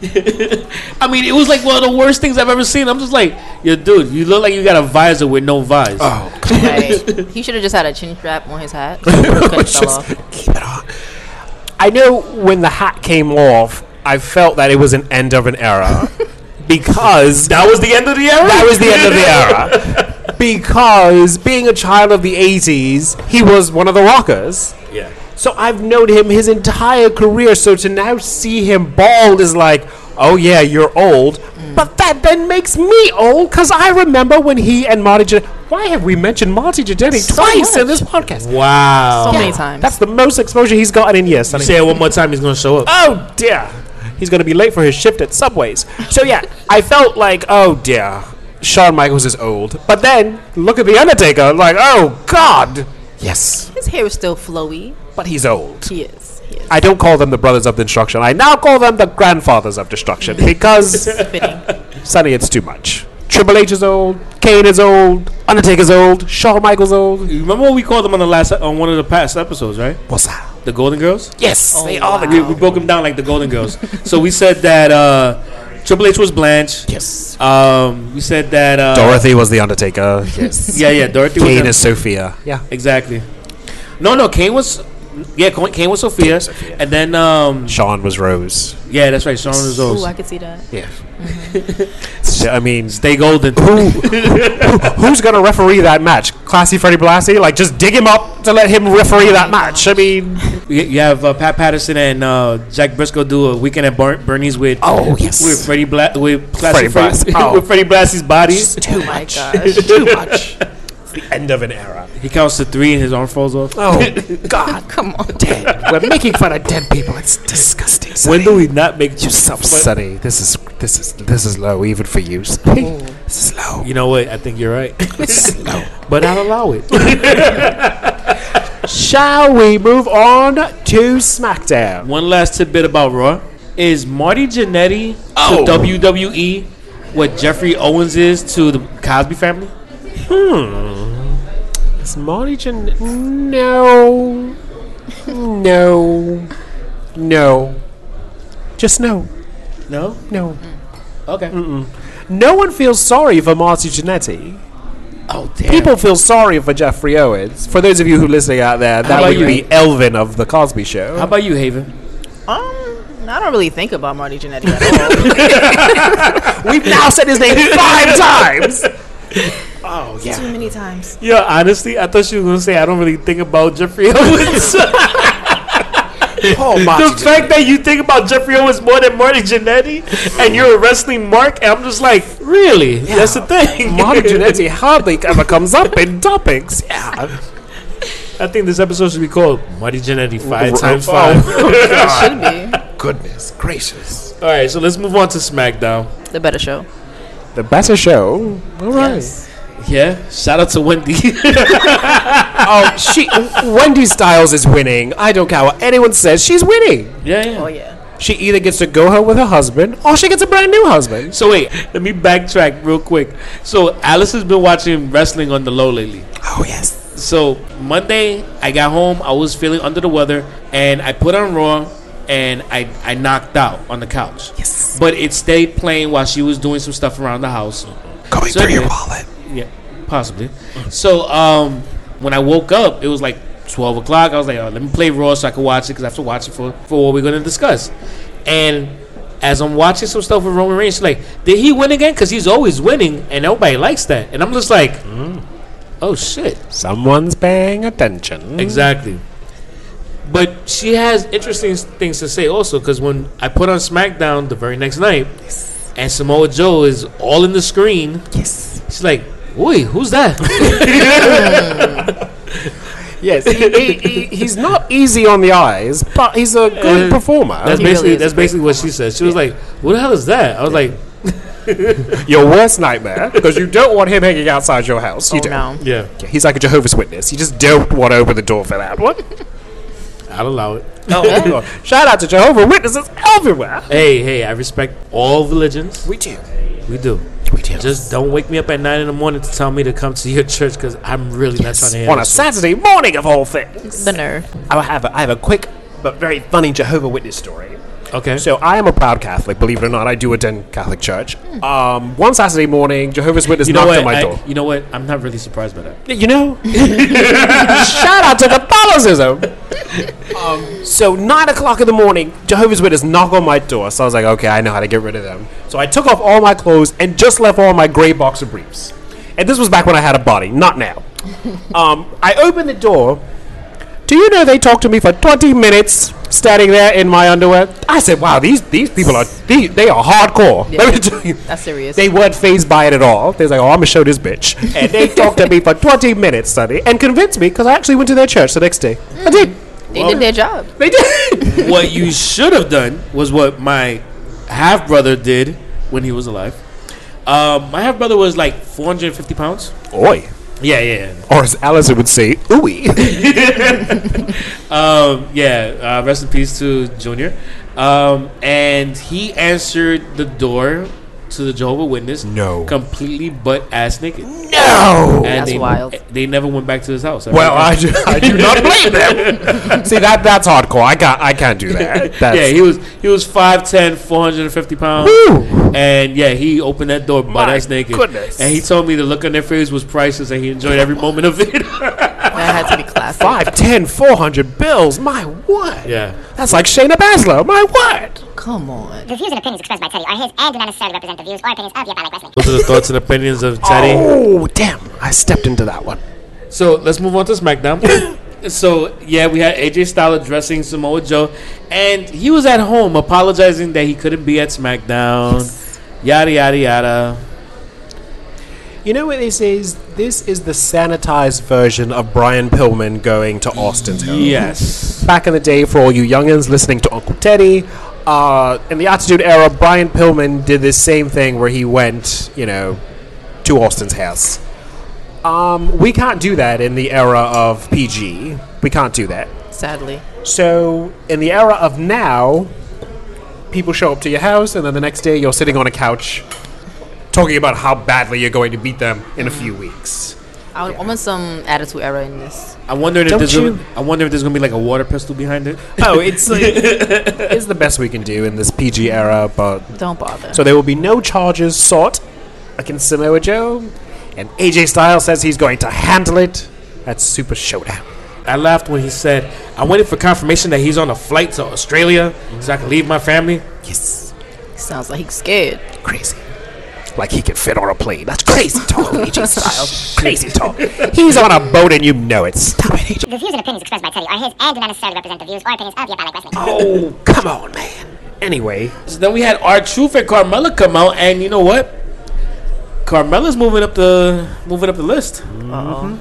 S2: I mean, it was like one of the worst things I've ever seen. I'm just like, yo, dude, you look like you got a visor with no visor.
S1: Oh,
S3: Right. he should have just had a chin strap on his hat. Couldn't fell off.
S1: keep it on. I know when the hat came off, I felt that it was an end of an era because that was the end of the era. That was the end of the era because being a child of the '80s, he was one of the rockers.
S2: Yeah.
S1: So I've known him his entire career. So to now see him bald is like, oh yeah, you're old. But that then makes me old because I remember when he and Marty. Jannetty. Why have we mentioned Marty Jannetty twice in
S3: much.
S1: this podcast?
S2: Wow.
S3: So Oh, many times.
S1: That's the most exposure he's gotten in years.
S2: You
S1: Sonny.
S2: say it one more time, he's gonna show up.
S1: Oh dear, he's going to be late for his shift at Subways. So yeah, I felt like, oh dear, Shawn Michaels is old. But then look at the Undertaker, like, oh god, yes,
S3: His hair is still flowy.
S1: but he's old.
S3: He is. He is.
S1: I don't call them the brothers of destruction. I now call them the grandfathers of destruction because
S3: Fitting.
S1: Sonny, it's too much. Triple H is old, Kane is old, Undertaker's old, Shawn Michaels old.
S2: You remember what we called them on the last on one of the past episodes, right?
S1: What's that?
S2: The Golden Girls.
S1: Yes,
S3: Oh,
S1: they are the
S3: wow.
S2: We, we broke them down like the Golden Girls. so we said that uh, Triple H was Blanche.
S1: yes.
S2: Um, we said that uh,
S1: Dorothy was the Undertaker. Yes.
S2: Yeah, yeah. Dorothy was
S1: Kane
S2: them.
S1: is Sophia. Yeah.
S2: exactly. No, no. Kane was. Yeah, Kane Kane was Sophia,
S1: Sophia.
S2: and then um,
S1: Sean was Rose.
S2: yeah, that's right. Shawn was
S3: Ooh,
S2: those.
S3: I could see that.
S1: Yeah. I mean,
S2: Stay golden.
S1: who, who- who's going to referee that match? Classy Freddie Blassie? Like, just dig him up to let him referee that match. I mean,
S2: You you have uh, Pat Patterson and uh, Jack Briscoe do a weekend at Bar- Bernie's with
S1: Oh, yes.
S2: with Freddie Bla- with Classy
S1: Freddie
S2: Fre-
S1: Blas- oh.
S2: with Freddie Blassie's body.
S3: Too much. gosh.
S1: too much. It's the end of an era.
S2: He counts to three and his arm falls off.
S1: Oh God,
S3: Come on.
S1: dead. We're making fun of dead people. It's disgusting. Sonny.
S2: When do we not make you
S1: Stop, Sonny? This is this is this is low, even for you. Sonny. This is low.
S2: You know what? I think you're right,
S1: This is low.
S2: but I'll allow it.
S1: Shall we move on to SmackDown?
S2: One last tidbit about Raw is Marty Jannetty
S1: Oh.
S2: to WWE what Jeffrey Owens is to the Cosby family.
S1: Is Marty Jan? No, no, no. Just no.
S2: No.
S1: No.
S2: Okay.
S1: No one feels sorry for Marty Jannetty.
S2: Oh damn.
S1: People feel sorry for Jeffrey Owens. For those of you who are listening out there, that
S2: about
S1: would
S2: you?
S1: be Elvin of The Cosby Show.
S2: How about you, Haven?
S3: Um, I don't really think about Marty Jannetty at all.
S1: We've now said his name five times!
S3: Too many times.
S2: Yeah, honestly, I thought she was gonna say I don't really think about Jeffrey Owens. the
S1: Paul Marty
S2: fact that you think about Jeffrey Owens more than Marty Jannetty, and you're a wrestling mark, and I'm just like, really? That's the thing.
S1: Marty Jannetty hardly ever comes up in topics. Yeah.
S2: I think this episode should be called Marty Jannetty five
S1: R-
S2: times
S1: oh.
S2: five.
S3: Should be
S1: Goodness gracious.
S2: All right, so let's move on to SmackDown.
S3: the better show.
S1: The better show. All right.
S2: Yeah, shout out to Wendy.
S1: Oh, she Wendy Styles is winning. I don't care what anyone says. She's winning.
S2: yeah,
S3: Oh
S2: yeah.
S3: yeah.
S1: She either gets to go home with her husband, or she gets a brand new husband.
S2: So wait, let me backtrack real quick. So Alice has been watching wrestling on the low lately.
S1: Oh yes.
S2: So Monday, I got home. I was feeling under the weather, and I put on Raw, and I I knocked out on the couch.
S1: Yes.
S2: But it stayed playing while she was doing some stuff around the house.
S1: Going
S2: So anyway-
S1: wallet.
S2: Yeah, possibly. So um, when I woke up, it was like twelve o'clock. I was like, oh, let me play Raw so I can watch it because I have to watch it for for what we're gonna discuss. And as I'm watching some stuff with Roman Reigns, she's like, did he win again? Because he's always winning, and nobody likes that. And I'm just like, oh shit.
S1: Someone's paying attention.
S2: Exactly. But she has interesting s- things to say also because when I put on SmackDown the very next night, and Samoa Joe is all in the screen,
S3: Oh,
S1: Yes.
S2: she's like, "Oi, who's that?"
S1: Yes. He, he, he, he's not easy on the eyes, but he's a good
S2: Uh,
S1: performer.
S2: that's
S3: He really
S2: basically
S3: is
S2: that's
S3: a
S2: basically what she said. She was like, "What the hell is that?" I was like,
S1: your worst nightmare because you don't want him hanging outside your house. You
S3: oh
S1: don't.
S3: no.
S2: "Yeah,
S1: Yeah, He's like a Jehovah's Witness. You just don't want to open the door for that one.
S2: I'll allow it."
S1: Oh, shout out to Jehovah Witnesses everywhere.
S2: Hey, hey, I respect all religions.
S1: We do.
S2: We do.
S1: We do.
S2: Just don't wake me up at nine in the morning to tell me to come to your church because I'm really not trying to hear
S1: on a
S2: this.
S1: Saturday morning of all things.
S3: The nerve.
S1: I have a, I have a quick but very funny Jehovah Witness story.
S2: Okay.
S1: So I am a proud Catholic, believe it or not. I do attend Catholic church. Um, one Saturday morning, Jehovah's Witness
S2: Hmm. you know
S1: knocked on
S2: what?
S1: my
S2: I-
S1: door.
S2: you know what? I'm not really surprised by that.
S1: You know? Shout out to Catholicism. Um, so nine o'clock in the morning, Jehovah's Witness knock on my door. So I was like, okay, I know how to get rid of them. So I took off all my clothes and just left all my gray boxer briefs. And this was back when I had a body, not now. Um, I opened the door. Do you know they talked to me for 20 minutes, standing there in my underwear? I said, wow, these these people are these, they are hardcore. Let me tell you.
S3: That's serious.
S1: They weren't phased by it at all. They was like, oh, I'm going to show this bitch. And they talked to me for 20 minutes, Sonny, and convinced me because I actually went to their church the next day. I did.
S3: They did their job.
S1: They did.
S2: what you should have done was what my half brother did when he was alive. Um, my half brother was like 450 pounds.
S1: Oi.
S2: Yeah, yeah, yeah.
S1: Or as Allison would say, ooey.
S2: um, yeah. Uh, rest in peace to Junior. Um, and he answered the door to the Jehovah Witness.
S1: No.
S2: completely butt ass naked.
S1: no.
S2: And
S3: That's
S2: they,
S3: wild.
S2: They never went back to his house.
S1: Well, I do, I do not blame them. See, that that's hardcore. I can't, I can't do that. That's,
S2: yeah, he was he was 5'10", 450 pounds.
S1: Woo!
S2: And yeah, he opened that door butt
S1: My
S2: ass naked.
S1: goodness.
S2: And he told me the look on their face was priceless and he enjoyed every moment of it.
S3: That had to be classic.
S1: 5, 10, 400 bills. My word.
S2: yeah.
S1: That's like Shayna Baszler. My word.
S3: Come on.
S4: The views and opinions expressed by Teddy are his and do not necessarily represent the views or opinions of Yep, I Like Wrestling.
S2: Those are the thoughts and opinions of Teddy.
S1: Oh, damn. I stepped into that one.
S2: So let's move on to SmackDown. so yeah, we had AJ Styles addressing Samoa Joe, and he was at home apologizing that he couldn't be at SmackDown. Yada yada yada.
S1: You know what this is? This is the sanitized version of Brian Pillman going to Austin's home.
S2: Yes.
S1: Back in the day, for all you youngins listening to Uncle Teddy, uh, in the Attitude Era, Brian Pillman did this same thing where he went, you know, to Austin's house. Um, we can't do that in the era of PG. We can't do that.
S3: Sadly.
S1: So, in the era of now, people show up to your house, and then the next day you're sitting on a couch talking about how badly you're going to beat them in a few weeks.
S3: I, I want some attitude error in this.
S2: I wonder if
S1: Don't
S2: there's
S1: you-
S2: gonna, I wonder if there's gonna be like a water pistol behind it.
S1: Oh, it's like, it's the best we can do in this PG era, but
S3: Don't bother.
S1: so there will be no charges sought against Samoa Joe, and AJ Styles says he's going to handle it at Super Showdown.
S2: I laughed when he said, "I waited for confirmation that he's on a flight to Australia so I can leave my family."
S1: Yes,
S3: Sounds like he's scared.
S1: crazy. Like he can fit on a plane. That's crazy talk, AJ Styles. crazy talk. He's on a boat and you know it. Stop it, AJ.
S4: The views and opinions expressed by Teddy are his and do not necessarily represent the views or opinions of Your Ballet Wrestling.
S1: Oh, come on, man. Anyway,
S2: So then we had our truth and Carmella come out, and you know what? Carmella's moving up the moving up the list.
S1: how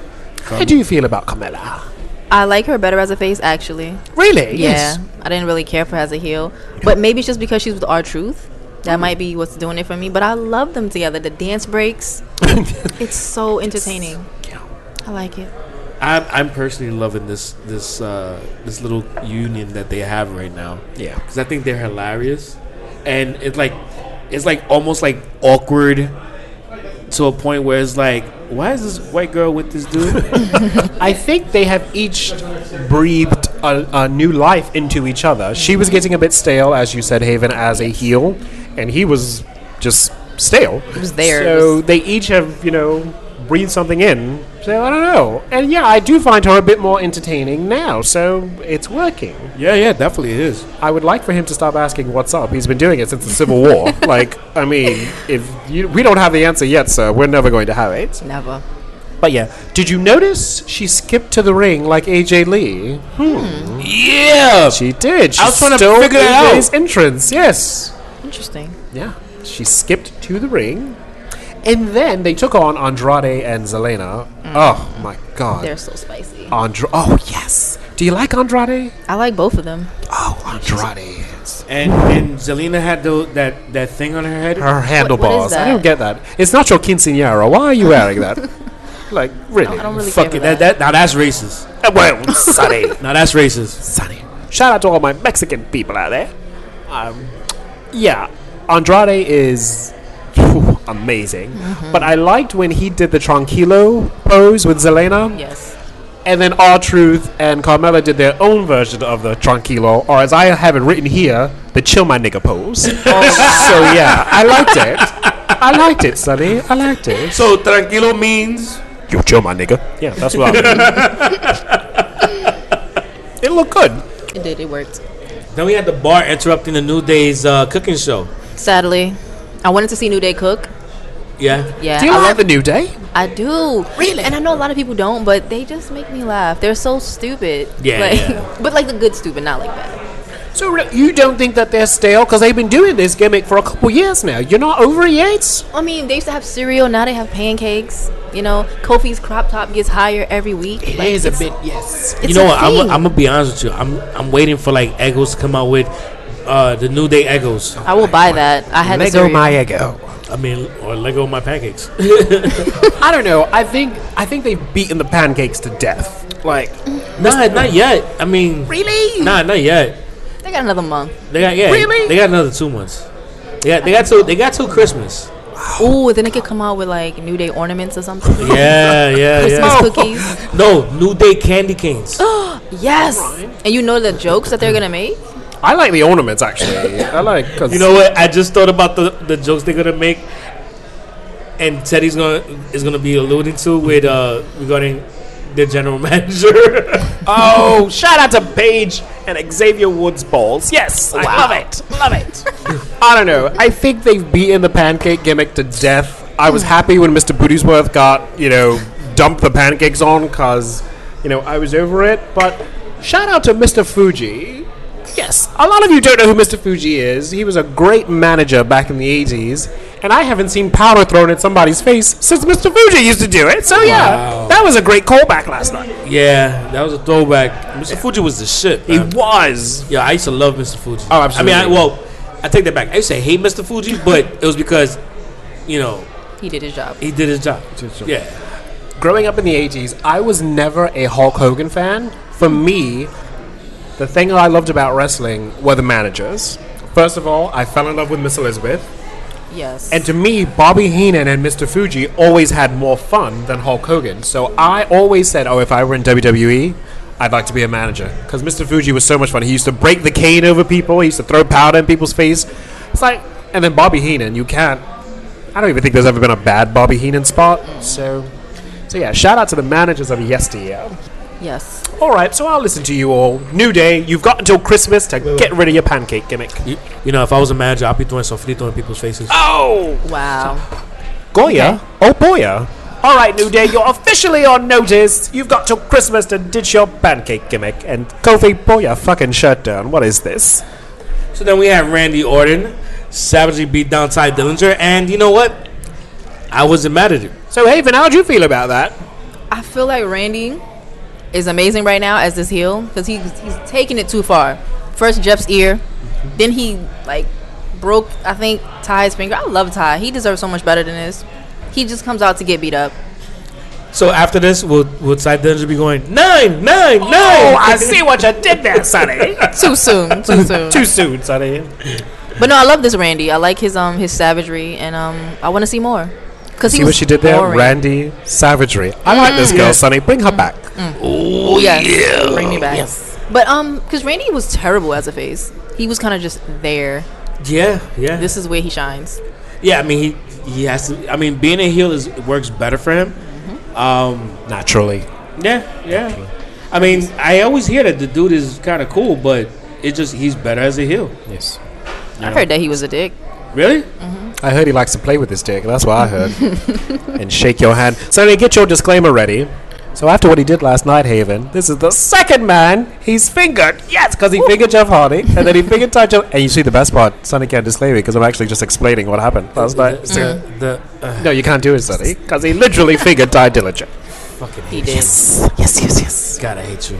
S1: do you feel about Carmella?
S3: I like her better as a face, actually.
S1: Really?
S3: Yeah, I didn't really care for her as a heel, but maybe it's just because she's with R Truth. That might be what's doing it for me. But I love them together. The dance breaks. it's so entertaining.
S1: Yeah.
S3: I like it.
S2: I'm, I'm personally loving this this uh, this little union that they have right now.
S1: Yeah.
S2: because I think they're hilarious, and it's like it's like almost like awkward to a point where it's like, why is this white girl with this dude?
S1: I think they have each breathed a, a new life into each other. She was getting a bit stale, as you said, Haven, as a heel, and he was just stale. It
S3: was theirs.
S1: So they each have, you know, breathed something in. So I don't know. And yeah, I do find her a bit more entertaining now, so it's working.
S2: yeah, yeah, definitely it is.
S1: I would like for him to stop asking what's up. He's been doing it since the Civil War. like, I mean, if you, we don't have the answer yet, sir, we're never going to have it.
S3: Never.
S1: But yeah, did you notice she skipped to the ring like AJ Lee?
S2: Yeah,
S1: She did. She
S2: I was trying to
S1: stole
S2: figure that
S1: AJ's entrance. Yes.
S3: Interesting.
S1: Yeah. She skipped to the ring, and then they took on Andrade and Zelena.
S2: Mm.
S1: Oh my God.
S3: They're so spicy.
S1: Andra- oh yes. Do you like Andrade?
S3: I like both of them.
S1: Oh, Andrade.
S2: and and Zelina had the, that that thing on her head.
S1: Her handlebars. I
S3: that?
S1: don't get that. It's not your quinceanera. Why are you wearing that? like really?
S3: I don't really care
S2: Fuck
S3: for
S2: it, that, that now that's racist.
S1: Uh, Well, Sonny,
S2: Now that's racist.
S1: Sonny. Shout out to all my Mexican people out there. Um, yeah, Andrade is phew, amazing.
S3: Mm-hmm.
S1: But I liked when he did the tranquilo pose with Zelena,
S3: Yes.
S1: and then R Truth and Carmella did their own version of the tranquilo, or as I have it written here, the chill my nigga pose. Oh, so yeah, I liked it. I liked it, Sonny. I liked it.
S2: So tranquilo means
S1: You chill my nigga. Yeah, that's what I mean. it looked good.
S3: It did. It worked.
S2: Then we had the bar interrupting the New Day's uh, cooking show.
S3: Sadly, I wanted to see New Day cook.
S2: Yeah,
S3: Yeah.
S1: Do you
S3: I
S1: like the new day?
S3: I do. Really? And I know a lot of people don't, but they just make me laugh. They're so stupid.
S2: Yeah,
S3: Like,
S2: yeah.
S3: But like the good stupid, not like that.
S1: So re- you don't think that they're stale because they've been doing this gimmick for a couple years now. You're not over it yet.
S3: I mean, they used to have cereal. Now they have pancakes. You know, Kofi's crop top gets higher every week. It is
S1: a bit, yes.
S3: It's
S2: you
S3: a
S2: know what? I'm
S3: thing.
S2: gonna- I'm gonna be honest with you. I'm I'm waiting for like Eggos to come out with uh, the New Day Eggos.
S3: I will buy that. I had the
S1: Lego
S3: cereal.
S1: my ego.
S2: I mean, or Lego my pancakes.
S1: I don't know. I think I think they've beaten the pancakes to death. Like
S2: nah, not yet. I mean,
S1: really?
S2: nah, not yet.
S3: they got another month.
S2: They got yeah.
S1: Really?
S2: They got another two months. They got they got till they got till Christmas.
S3: Ooh, then they could come out with like New Day ornaments or something.
S2: Yeah, yeah,
S3: Christmas Oh.
S2: yeah.
S3: cookies.
S2: No, New Day candy canes.
S3: Yes. And you know the jokes that they're gonna make.
S1: I like the ornaments actually. I like cause
S2: You know what? I just thought about the, the jokes they're gonna make, and Teddy's gonna is gonna be alluding to with uh, regarding the general manager.
S1: Oh, shout out to Paige and Xavier Woods balls. Yes, I love it. Love it. I don't know. I think they've beaten the pancake gimmick to death. I was happy when Mr. Bootiesworth got, you know, dumped the pancakes on because, you know, I was over it. But shout out to Mr. Fuji. Yes, a lot of you don't know who Mr. Fuji is. He was a great manager back in the 80s. And I haven't seen powder thrown at somebody's face since Mr. Fuji used to do it. So, yeah,
S2: Wow.
S1: that was a great callback last night.
S2: yeah, that was a throwback. Mr. Fuji was the shit.
S1: He
S2: man.
S1: was.
S2: yeah, I used to love Mr. Fuji.
S1: Oh, absolutely.
S2: I mean, I, well, I take that back. I used to hate Mr. Fuji, but it was because you know
S3: He did his job.
S2: he did his job. Yeah.
S1: growing up in the 80s, I was never a Hulk Hogan fan. For me, the thing that I loved about wrestling were the managers. First of all, I fell in love with Miss Elizabeth.
S3: Yes.
S1: And to me, Bobby Heenan and Mr. Fuji always had more fun than Hulk Hogan. So I always said, oh, if I were in WWE, I'd like to be a manager. Because Mr. Fuji was so much fun. He used to break the cane over people, he used to throw powder in people's face. It's like, and then Bobby Heenan, you can't. I don't even think there's ever been a bad Bobby Heenan spot. So, so yeah, shout out to the managers of yesteryear.
S3: yes.
S1: All right, so I'll listen to you all. New day, you've got until Christmas to get rid of your pancake gimmick.
S2: You, you know, if I was a manager, I'd be throwing sofrito in people's faces.
S1: Oh!
S3: Wow.
S1: Goya? Oh, Boya. All right, New Day, you're officially on notice. You've got till Christmas to ditch your pancake gimmick. And Kofi, pull your fucking shirt down. What is this?
S2: So then we have Randy Orton savagely beat down Ty Dillinger, and you know what? I wasn't mad at it.
S1: So, Haven, how'd you feel about that?
S3: I feel like Randy is amazing right now as this heel because he's he's taking it too far. First Jeff's ear, then he like broke I think Ty's finger. I love Ty. He deserves so much better than this. He just comes out to get beat up.
S2: So after this, will will Ty Dillinger be going nine, nine, nine?
S1: Oh, I see what you did there, Sonny.
S3: Too soon. Too soon.
S1: Too soon, Sonny.
S3: But no, I love this Randy. I like his um his savagery, and um I want to see more. Cause he
S1: See what
S3: was
S1: she did there?
S3: boring.
S1: Randy Savagery. I like this girl, Sonny. Bring her back.
S3: Oh yes, bring me back. But um, cause Randy was terrible as a face. He was kind of just there.
S2: Yeah, yeah,
S3: This is where he shines.
S2: yeah. I mean, he he has to. I mean, being a heel is it works better for him. Um,
S1: Naturally.
S2: yeah, yeah. I mean, I always hear that the dude is kind of cool, but it just he's better as a heel.
S1: Yes.
S3: I've heard that he was a dick.
S2: Really?
S1: I heard he likes to play with his dick. That's what I heard. and shake your hand. So they get your disclaimer ready. So after what he did last night, Haven, this is the second man he's fingered. Yes, because he fingered Jeff Hardy, and then he fingered Ty Jones. And you see the best part, Sonny can't disclaim it because I'm actually just explaining what happened last night. So-
S2: The, the uh,
S1: No, you can't do it, Sonny, because he literally fingered Ty Dillinger.
S2: fucking
S3: He did. Yes, yes, yes.
S2: God, I hate you.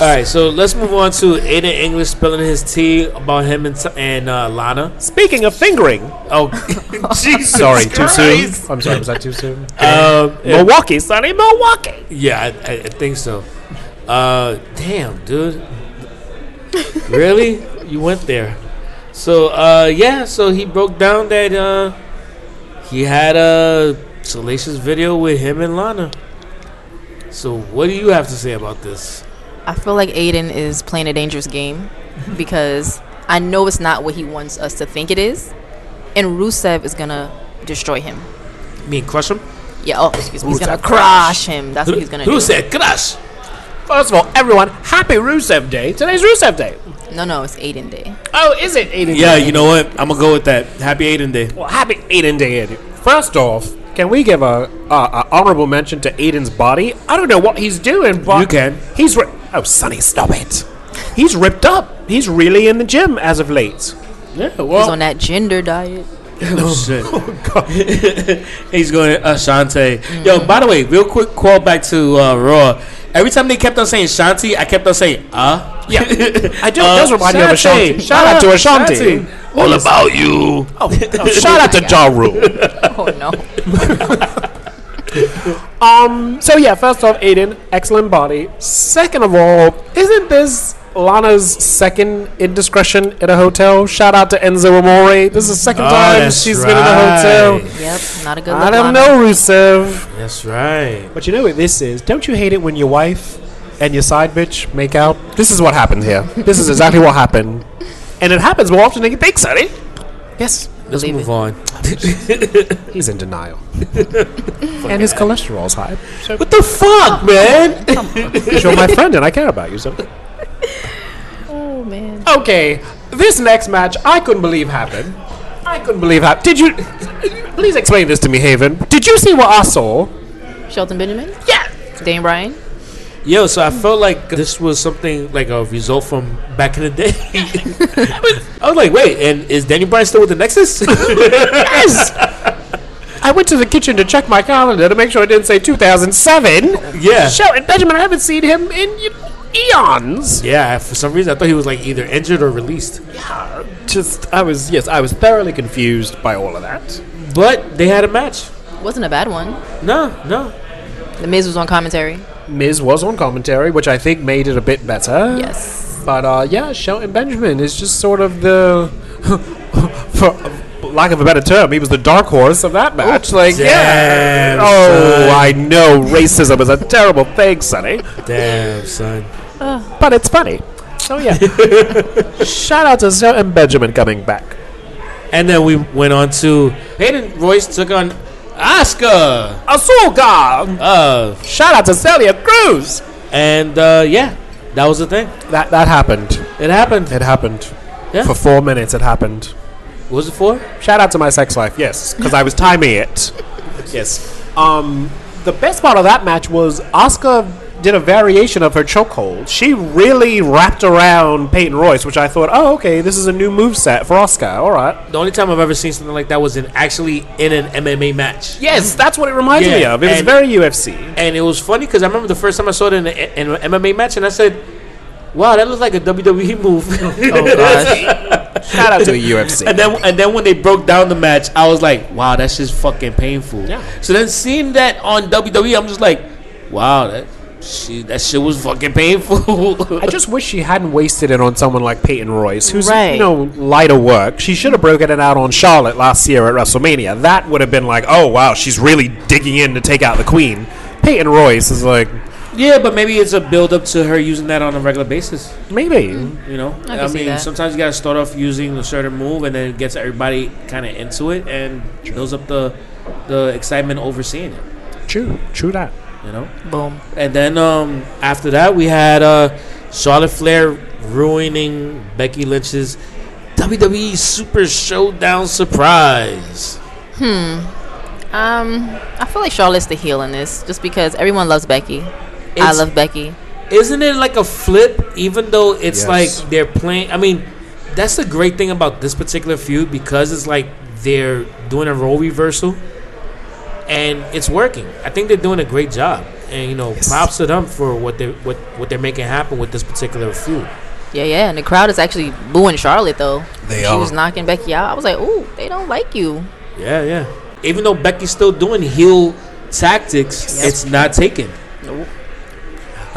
S2: All right, so let's move on to Aiden English spilling his tea about him and, and uh, Lana.
S1: Speaking of fingering,
S2: Oh, Jesus
S1: sorry, too soon.
S2: Christ.
S1: I'm sorry, was that too soon?
S2: Um, yeah,
S1: Milwaukee, Sonny, Milwaukee.
S2: yeah, I, I I think so. Uh, damn, dude. really? You went there. So, uh, yeah, so he broke down that uh, he had a salacious video with him and Lana. So, what do you have to say about this?
S3: I feel like Aiden is playing a dangerous game because I know it's not what he wants us to think it is, and Rusev is gonna destroy him.
S2: You mean crush him?
S3: Yeah. Oh, excuse me. He's gonna
S1: Rusev.
S3: crush him. That's what he's gonna
S2: Who
S3: do.
S2: said crush?
S1: First of all, everyone, happy Rusev Day. Today's Rusev Day.
S3: No, no, it's Aiden Day.
S1: Oh, is it, Aiden?
S2: Yeah, you know what? I'm gonna go with that. Happy Aiden Day.
S1: Well, happy Aiden Day, Andy. First off, can we give a, a, a honorable mention to Aiden's body? I don't know what he's doing, but
S2: You can.
S1: He's ri- oh, Sonny, stop it. He's ripped up. He's really in the gym as of late.
S2: Yeah,
S3: He's
S2: well,
S3: on that gender diet.
S2: oh, shit. He's going uh, Shantae. Yo, by the way, real quick call back to uh, Raw. Every time they kept on saying Shanti, I kept on saying uh.
S1: Yeah. I do- it does remind me of Ashanti. Uh, Shout out to Ashanti.
S2: All about you.
S1: Oh, oh, shout out to Ja Rule.
S3: Oh no.
S1: Um, so yeah, first off, Aiden, excellent body. Second of all, isn't this Lana's second indiscretion in a hotel? Shout out to Enzo Amore. This is the second
S2: Oh,
S1: time
S2: that's
S1: she's been in a hotel.
S2: right.
S3: Yep. Not a good.
S1: I
S3: look, Lana.
S1: don't know, Rusev.
S2: That's right.
S1: But you know what this is? Don't you hate it when your wife and your side bitch make out? This is what happened here. this is exactly what happened. And it happens more often than you think, Sonny. Yes.
S2: Let's
S3: Believe
S2: move
S3: it.
S2: on.
S1: He's in denial. and his cholesterol's high.
S2: What the fuck, man?
S1: You're my friend and I care about you, so.
S3: Oh man.
S1: Okay, this next match I couldn't believe happened. I couldn't believe happened. Did you. Please explain this to me, Haven. Did you see what I saw?
S3: Shelton Benjamin? Yeah. Dane Bryan?
S2: Yo, so I felt like this was something like a result from back in the day. I was- I was like, wait, and is Danny Bryan still with the Nexus?
S1: Yes! I went to the kitchen to check my calendar to make sure I didn't say 2007.
S2: yeah.
S1: Shelton Benjamin, I haven't seen him in y- eons.
S2: Yeah, for some reason I thought he was like either injured or released.
S1: Just, I was, yes, I was thoroughly confused by all of that.
S2: But they had a match.
S3: Wasn't a bad one.
S2: No, no.
S3: The Miz was on commentary.
S1: Miz was on commentary, which I think made it a bit better.
S3: Yes.
S1: But uh, yeah, Shelton Benjamin is just sort of the. for, lack of a better term, he was the dark horse of that match. like, yeah.
S2: Damn,
S1: Oh,
S2: son.
S1: I know racism is a terrible thing, Sonny,
S2: Damn, son.
S1: but it's funny. So yeah. Shout out to Sir and Benjamin coming back.
S2: And then we went on to Hayden Royce took on Oscar.
S1: Asuka!
S2: Uh,
S1: Shout out to Celia Cruz!
S2: and uh, yeah, that was the thing.
S1: That that happened.
S2: It happened.
S1: It happened.
S2: Yeah.
S1: For four minutes, it happened.
S2: What was it for?
S1: Shout out to my sex life, yes, because I was timing it. yes. Um, the best part of that match was Oscar did a variation of her chokehold. She really wrapped around Peyton Royce, which I thought, oh, okay, this is a new move set for Oscar. All right.
S2: The only time I've ever seen something like that was in actually in an MMA match.
S1: Yes, that's what it reminds me
S2: Yeah,
S1: of. It was
S2: and-
S1: very UFC.
S2: And it was funny because I remember the first time I saw it in, a, in an MMA match, and I said, "Wow, that looks like a WWE move."
S3: Oh gosh.
S1: Shout out to the UFC.
S2: and then and then when they broke down the match, I was like, "Wow, that's just fucking painful."
S1: Yeah.
S2: So then seeing that on WWE, I'm just like, "Wow, that shit, that shit was fucking painful."
S1: I just wish she hadn't wasted it on someone like Peyton Royce, who's you
S3: Right.
S1: know lighter work. She should have broken it out on Charlotte last year at WrestleMania. That would have been like, oh wow, she's really digging in to take out the Queen. Peyton Royce is like,
S2: yeah, but maybe it's a build up to her using that on a regular basis.
S1: maybe
S2: You know,
S3: I
S2: I,
S3: can see
S2: mean,
S3: that.
S2: sometimes you gotta start off using a certain move, and then it gets everybody kind of into it, and builds up the the excitement over seeing it.
S1: true, true that.
S2: You know,
S3: Boom.
S2: and then um, after that we had uh, Charlotte Flair ruining Becky Lynch's WWE Super Showdown surprise.
S3: Um, I feel like Charlotte's the heel in this, just because everyone loves Becky. I
S2: It's-
S3: love Becky.
S2: Isn't it like a flip? Even though it's
S1: Yes.
S2: like they're playing. I mean, that's the great thing about this particular feud because it's like they're doing a role reversal, and it's working. I think they're doing a great job, and you know, props to them for what they what what they're making happen with this particular feud.
S3: Yeah, yeah, and the crowd is actually booing Charlotte though.
S1: They
S3: she
S1: are.
S3: was knocking Becky out. I was like, ooh, they don't like you.
S2: Yeah, yeah. Even though Becky's still doing heel tactics,
S3: Yes.
S2: it's not taken.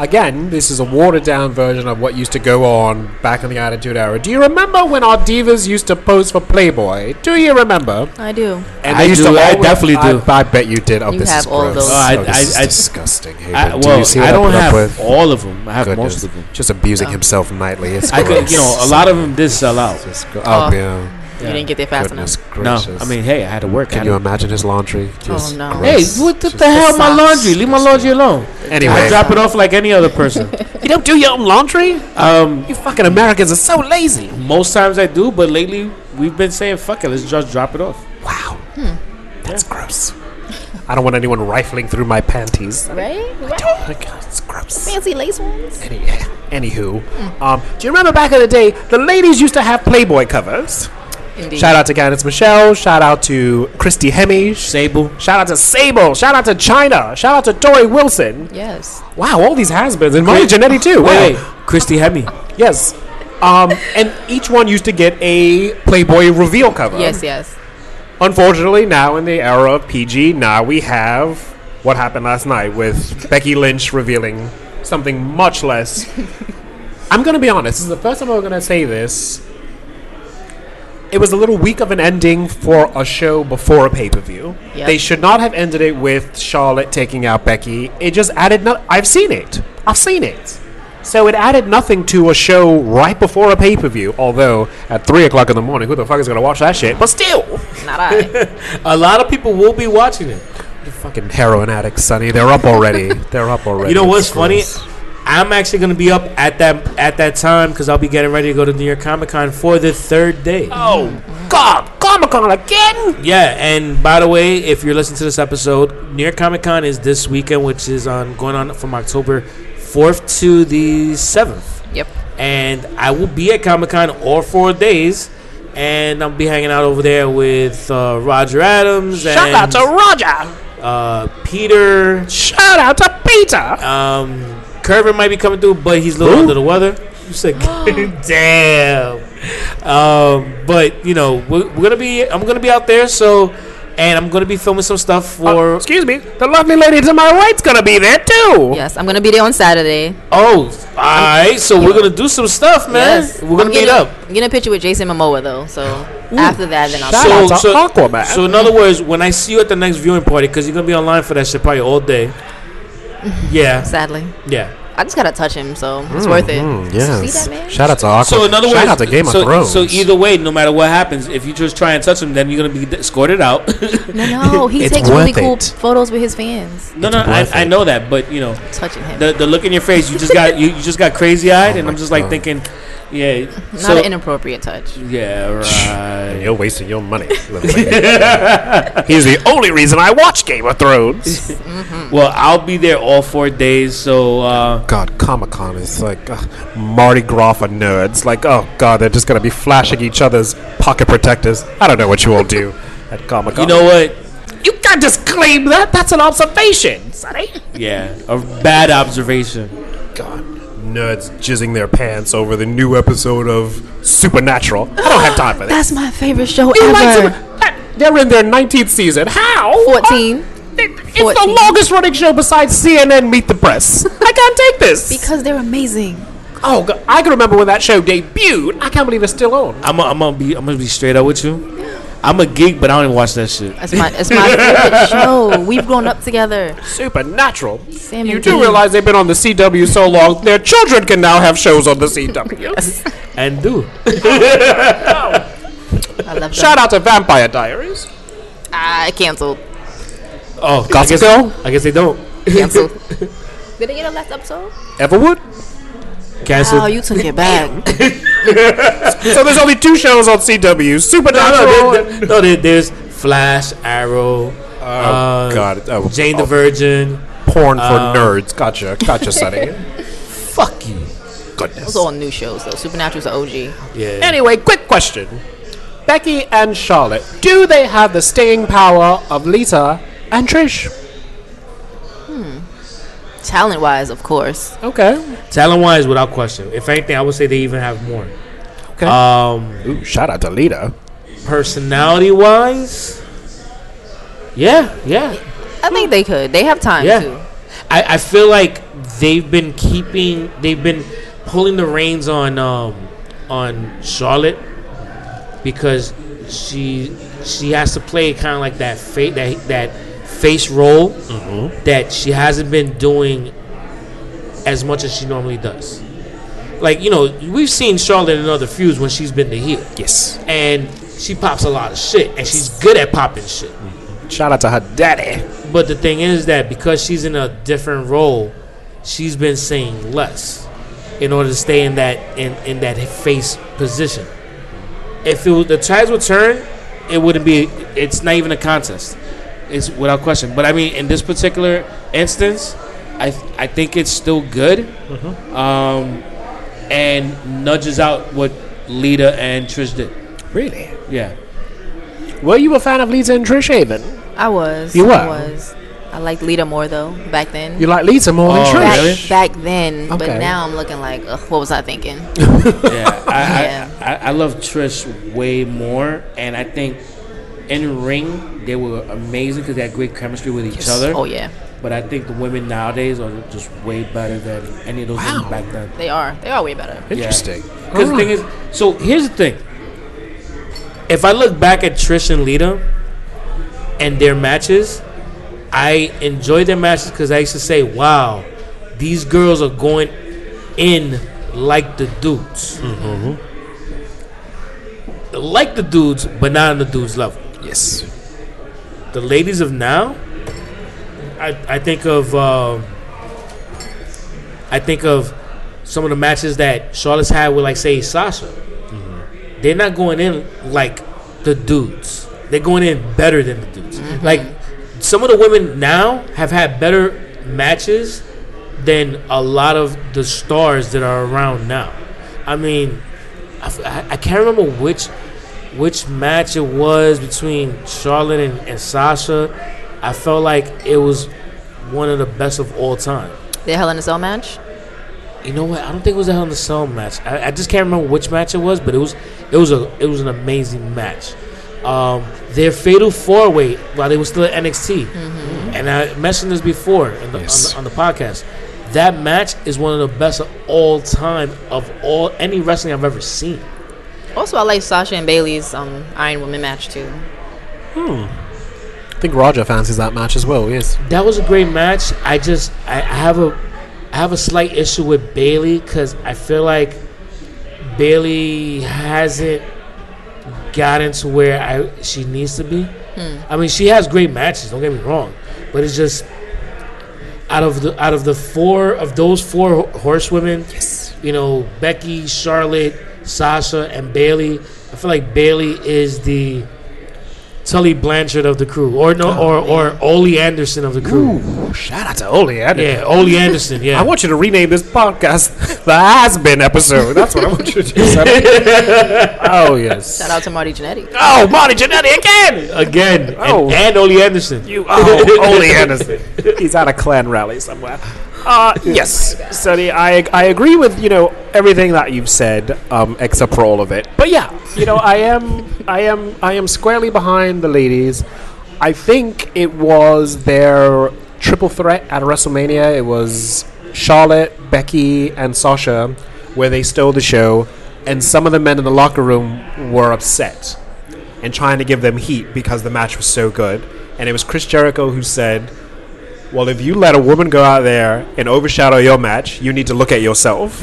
S1: Again, this is a watered down version of what used to go on back in the Attitude Era. Do you remember when our divas used to pose for Playboy? Do you remember?
S3: I do.
S1: And
S2: I do, I definitely do.
S1: I, I bet you did. Oh,
S3: You
S1: this
S3: have
S1: is
S3: all
S1: gross.
S3: those.
S2: Oh, I-
S1: oh, this
S2: I-
S1: is
S2: I-
S1: disgusting.
S2: I,
S1: Hayden. Do
S2: well,
S1: you see
S2: I
S1: what
S2: don't
S1: put up
S2: have
S1: with?
S2: all of them. I have most
S1: Goodness.
S2: of them.
S1: Just
S3: Um,
S1: abusing himself nightly. It's
S2: I could, you know, a
S1: gross.
S2: lot of them did sell out.
S1: It's gro- oh,
S3: Oh,
S1: yeah.
S2: Yeah.
S3: You didn't get there fast
S1: Goodness
S3: enough. Oh,
S2: No,
S1: gracious.
S2: I mean, hey, I had to work. I
S1: can
S2: had
S1: you
S2: to-
S1: imagine his laundry? Just
S3: no.
S2: hey,
S1: gross.
S2: what the,
S1: Just-
S2: the hell? My
S3: socks.
S2: laundry. Leave my laundry alone. I
S1: Anyway,
S2: drop it off like any other person.
S1: you don't do your own laundry.
S2: um,
S1: You fucking Americans are so lazy.
S2: most times I do, but lately we've been saying, "Fuck it, let's just drop it off."
S1: Wow,
S3: Hmm.
S1: that's gross. I don't want anyone rifling through my panties.
S3: Right?
S1: Oh my God, it's gross.
S3: Fancy lace ones.
S1: Any, anywho,
S3: Hmm.
S1: um, do you remember back in the day the ladies used to have Playboy covers?
S3: Indeed.
S1: Shout out to Candice Michelle. Shout out to Christy Hemme.
S2: Sable.
S1: Shout out to Sable. Shout out to China. Shout out to Tori Wilson.
S3: Yes.
S1: Wow, all these has-beens and Mario Jannetty too. Wow.
S2: Wait, wait, Christy Hemme.
S1: Yes. Um, and each one used to get a Playboy reveal cover.
S3: Yes, yes.
S1: Unfortunately, now in the era of PG, now we have what happened last night with Becky Lynch revealing something much less. I'm going to be honest. This is the first time I'm going to say this. It was a little weak of an ending for a show before a pay per view.
S3: Yep.
S1: They should not have ended it with Charlotte taking out Becky. It just added. No- I've seen it. I've seen it. So it added nothing to a show right before a pay per view. Although at three o'clock in the morning, who the fuck is going to watch that shit? But still.
S3: Not I.
S2: A lot of people will be watching it.
S1: Fucking heroin addicts, Sonny. They're up already. They're up already.
S2: You know what's
S1: It's
S2: funny?
S1: gross.
S2: I'm actually gonna be up at that at that time because I'll be getting ready to go to New York Comic Con for the third day.
S1: Oh God, Comic Con again?
S2: Yeah, and by the way, if you're listening to this episode, New York Comic Con is this weekend, which is on going on from October 4th to the 7th.
S3: yep.
S2: And I will be at Comic Con all four days, and I'll be hanging out over there with uh, Roger Adams
S1: Shout out
S2: and
S1: to Roger.
S2: uh, Peter.
S1: Shout out to Peter.
S2: Um, Kervin might be coming through, but he's a little
S1: Who?
S2: under the weather. You said, damn. Um, but you know, we're, we're gonna be. I'm gonna be out there, so and I'm gonna be filming some stuff for.
S1: Oh, Excuse me, the lovely lady to my right's gonna be there too.
S3: Yes, I'm gonna be there on Saturday.
S2: oh, all right. So we're gonna do some stuff, man.
S3: Yes,
S2: We're gonna
S3: I'm
S2: meet
S3: getting,
S2: up.
S3: I'm getting a picture with Jason Momoa though. So after that, then I'll.
S1: Shout out to Aquaman.
S2: So in other words, when I see you at the next viewing party, because you're gonna be online for that shit probably all day. Yeah,
S3: Sadly,
S2: yeah.
S3: I just gotta touch him, so it's worth it. See that man?
S1: Mm, Shout out to Aquaman.
S2: So in other
S1: Shout
S2: words,
S1: out to Game
S2: so,
S1: of Thrones.
S2: so either way, no matter what happens, if you just try and touch him, then you're gonna be escorted out.
S3: No, no, he
S1: It's
S3: takes really
S1: worth
S3: cool
S1: it.
S3: photos with his fans.
S2: no, no,
S1: worth
S2: I, I
S1: it.
S2: know that, but you know,
S3: Touching him,
S2: the the look in your face, you just got you, you just got crazy eyed, and I'm just like
S1: God.
S2: thinking, yeah,
S3: not
S2: so
S3: an inappropriate touch.
S2: yeah, right.
S1: You're wasting your money. little lady. He's the only reason I watch Game of Thrones.
S3: Hmm.
S2: Well, I'll be there all four days, so uh,
S1: God, Comic Con is like ugh, Mardi Gras for nerds. Like, oh God, they're just gonna be flashing each other's pocket protectors. I don't know what you all do at Comic Con.
S2: you know what?
S1: you can't just claim that. That's an observation, sonny.
S2: Yeah, a bad observation.
S1: God, nerds jizzing their pants over the new episode of Supernatural. I don't have time for that.
S3: That's my favorite show
S1: You like
S3: ever.
S1: Super- that- They're in their 19th season. How?
S3: 14.
S1: It- It's the
S3: 14.
S1: longest running show besides CNN Meet the Press. I can't take this.
S3: because they're amazing.
S1: oh, God. I can remember when that show debuted. I can't believe it's still on.
S2: I'm i I'm gonna be I'm gonna be straight up with you. I'm a geek, but I don't even watch that shit.
S3: That's my it's my favorite show. We've grown up together.
S1: Supernatural.
S3: Sam
S1: you
S3: and
S1: do
S3: Dean.
S1: realize they've been on the CW so long, their children can now have shows on the CW.
S2: And do
S3: I love that.
S1: Shout out to Vampire Diaries.
S3: I canceled.
S2: oh, I
S1: Gossip
S2: guess,
S1: Girl?
S2: I guess they don't
S3: Canceled. Did they get a last episode?
S1: Everwood?
S2: cancel.
S3: Oh, you took it back.
S1: so there's only two shows on CW
S2: no,
S1: Supernatural. and-
S2: no, there- there- no, there- there's Flash, Arrow, uh,
S1: God. Oh,
S2: Jane
S1: oh,
S2: the Um, Virgin.
S1: Porn for nerds. Gotcha. Gotcha, Sonny.
S2: Fuck you.
S1: Goodness.
S3: Those are all new shows though. Supernatural's the OG.
S2: Yeah.
S1: Anyway, quick question. Becky and Charlotte, do they have the staying power of Lita and Trish?
S3: Talent wise, of course.
S1: Okay.
S2: Talent wise, without question. If anything, I would say they even have more.
S1: Okay.
S2: Um,
S1: Ooh, shout out to Lita.
S2: personality wise, yeah, yeah,
S3: I think they could. They have time
S2: yeah.
S3: too.
S2: I, I feel like they've been keeping, they've been pulling the reins on um, on Charlotte because she she has to play kind of like that fa- that that face role that she hasn't been doing as much as she normally does. Like you know, we've seen Charlotte in other feuds when she's been the heel.
S1: Yes.
S2: and she pops a lot of shit, and she's good at popping shit.
S1: Shout out to her daddy.
S2: But the thing is that because she's in a different role, she's been saying less in order to stay in that in, in that face position. If it was, the tides would turn, it wouldn't be. It's not even a contest. It's without question. But I mean, in this particular instance, I I think it's still good, um, and nudges out what Lita and Trish did.
S1: Really?
S2: Yeah.
S1: Were you a fan of Lita and Trish Haven?
S3: I was.
S1: You
S3: I
S1: were?
S3: was. I liked Lita more though back then.
S1: You like Lita more
S2: Oh,
S1: than Trish?
S3: back,
S2: really?
S3: back then,
S1: Okay.
S3: but now I'm looking like, ugh, what was I thinking?
S2: Yeah, I,
S3: Yeah.
S2: I, I, I love Trish way more, and I think in ring they were amazing because they had great chemistry with each other.
S3: oh yeah,
S2: But I think the women nowadays are just way better than any of those women back then.
S3: they are. They are way better.
S1: Interesting.
S2: Because the thing is, so here's the thing. If I look back at Trish and Lita and their matches, I enjoy their matches because I used to say, wow, these girls are going in like the dudes. Like the dudes, but not on the dudes level.
S1: Yes.
S2: The ladies of now, I, I think of um, I think of some of the matches that Charlotte's had with like say Sasha. They're not going in like the dudes. They're going in better than the dudes. Like some of the women now have had better matches than a lot of the stars that are around now. I mean, I, f- I- I can't remember which which match it was between Charlotte and, and Sasha. I felt like it was one of the best of all time.
S3: The Hell in a Cell match.
S2: You know what? I don't think it was a Hell in a Cell match. I, I just can't remember which match it was, but it was it was a it was an amazing match. um, their fatal four way while they were still at NXT. And I mentioned this before in the,
S1: Yes.
S2: on, the, on the podcast. That match is one of the best of all time of all any wrestling I've ever seen.
S3: Also, I like Sasha and Bailey's um, Iron Woman match too.
S1: I think Roger fancies that match as well. Yes.
S2: That was a great match. I just I, I have a I have a slight issue with Bailey because I feel like Bailey hasn't gotten to where I she needs to be.
S1: Hmm.
S2: I mean, she has great matches. Don't get me wrong, but it's just out of the out of the four of those four ho- horsewomen, you know, Becky, Charlotte, Sasha, and Bailey. I feel like Bailey is the Tully Blanchard of the crew, or no, or or Ole Anderson of the crew.
S1: Oh, Ooh, shout out to Oli. I didn't-
S2: Yeah, Ole Anderson. Yeah,
S1: I want you to rename this podcast the Has Been episode. That's what I want you to do. Sonny. oh yes.
S3: Shout out to Marty Jannetty.
S1: Oh, Marty Jannetty again.
S2: again,
S1: Oh.
S2: and, and Ole Anderson.
S1: You, oh, Ole Anderson. He's at a clan rally somewhere. Uh, yes, Sonny, I, I agree with, you know, everything that you've said, um, except for all of it. But yeah, you know, I am, I am, I am squarely behind the ladies. I think it was their triple threat at WrestleMania. It was Charlotte, Becky, and Sasha, where they stole the show, and some of the men in the locker room were upset and trying to give them heat because the match was so good. And it was Chris Jericho who said, Well, if you let a woman go out there and overshadow your match, you need to look at yourself.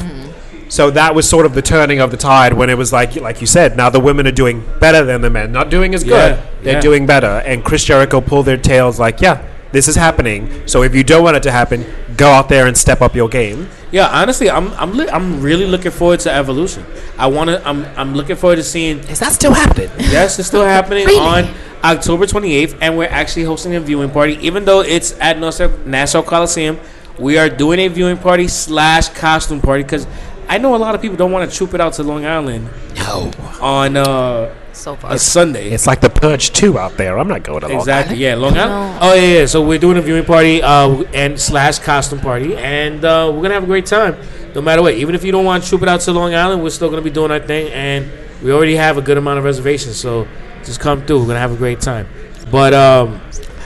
S1: So that was sort of the turning of the tide when it was like, like you said, now the women are doing better than the men. Not doing as good,
S2: Yeah,
S1: they're
S2: yeah.
S1: doing better. And Chris Jericho pulled their tails like, Yeah, this is happening. So if you don't want it to happen, go out there and step up your game.
S2: Yeah, honestly, I'm I'm li- I'm really looking forward to Evolution. I want to. I'm I'm looking forward to seeing.
S1: Is that still happening?
S2: Yes, it's still happening on October 28th, and we're actually hosting a viewing party. Even though it's at Nassau, Nassau Coliseum, we are doing a viewing party slash costume party because I know a lot of people don't want to troop it out to Long Island
S1: No.
S2: on uh,
S3: So far,
S2: a Sunday.
S1: It's like the Purge 2 out there. I'm not going to Long
S2: Exactly. Yeah, Long Island. Oh yeah, yeah. So we're doing a viewing party uh, and slash costume party, and uh, we're gonna have a great time, no matter what. Even if you don't want to troop it out to Long Island, we're still gonna be doing our thing, and we already have a good amount of reservations. So just come through. We're gonna have a great time. But um,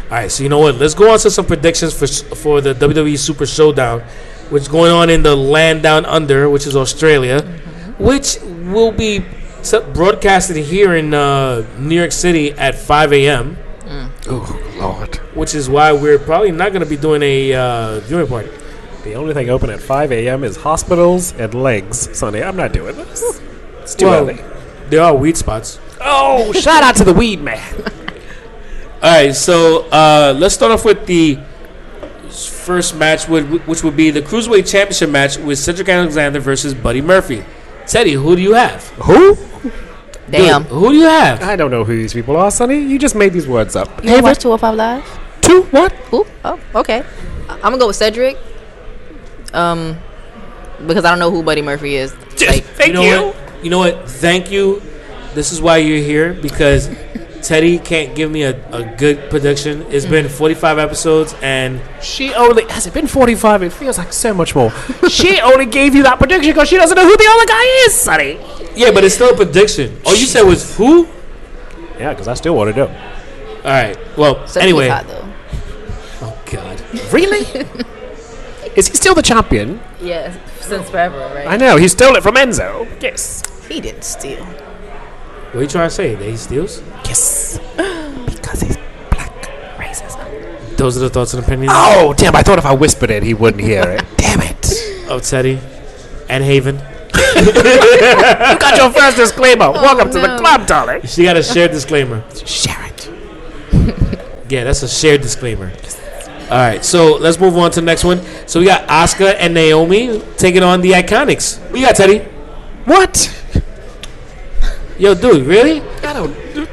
S2: all right. So you know what? Let's go on to some predictions for for the WWE Super Showdown, which is going on in the land down under, which is Australia, which will be. s- Broadcasted here in uh, New York City at 5 a.m
S1: Oh, Lord.
S2: which is why we're probably not going to be doing a uh, viewing party.
S1: The only thing open at 5 a.m. is hospitals and legs, Sonny. I'm not doing this. It's too
S2: Well,
S1: early.
S2: there are weed spots.
S1: Oh, shout out to the weed man.
S2: All right, so uh, let's start off with the first match, would, which would be the cruiserweight championship match with Cedric Alexander versus Buddy Murphy. Teddy, who do you have?
S1: Who?
S3: damn.
S2: Dude, who do you have?
S1: I don't know who these people are, Sonny. You just made these words up.
S3: You watch 205 Live?
S1: Two? What?
S3: Who? Oh, okay. I- I'm gonna go with Cedric. Um, because I don't know who Buddy Murphy is. Like,
S1: Thank
S2: know What? You know what? Thank you. This is why you're here because Teddy can't give me a, a good prediction. It's been 45 episodes and.
S1: She only has it been 45. It feels like so much more. she only gave you that prediction because she doesn't know who the other guy is, Sonny.
S2: Yeah, but it's still a prediction. All you said was who?
S1: Yeah, because I still want to know.
S2: All right. Well,
S3: Cedric
S2: anyway.
S3: is hot, though.
S2: Oh God.
S1: Really? is he still the champion?
S3: Yeah, since forever, right?
S1: I know he stole it from Enzo. Yes.
S3: he didn't steal.
S2: What are you trying to say? That he steals?
S1: Yes. because he's black. Racism.
S2: Those are the thoughts and opinions
S1: Oh, damn. I thought if I whispered it, he wouldn't hear it. damn it.
S2: of Teddy and Haven.
S1: You got your first disclaimer. Welcome to the
S3: no.
S1: club, darling.
S2: She got a shared disclaimer.
S1: Share it.
S2: Yeah, that's a shared disclaimer. All right, so let's move on to the next one. So we got Asuka and Naomi taking on the Iconics. What you got, Teddy?
S1: What?
S2: Yo, dude, really?
S1: I don't.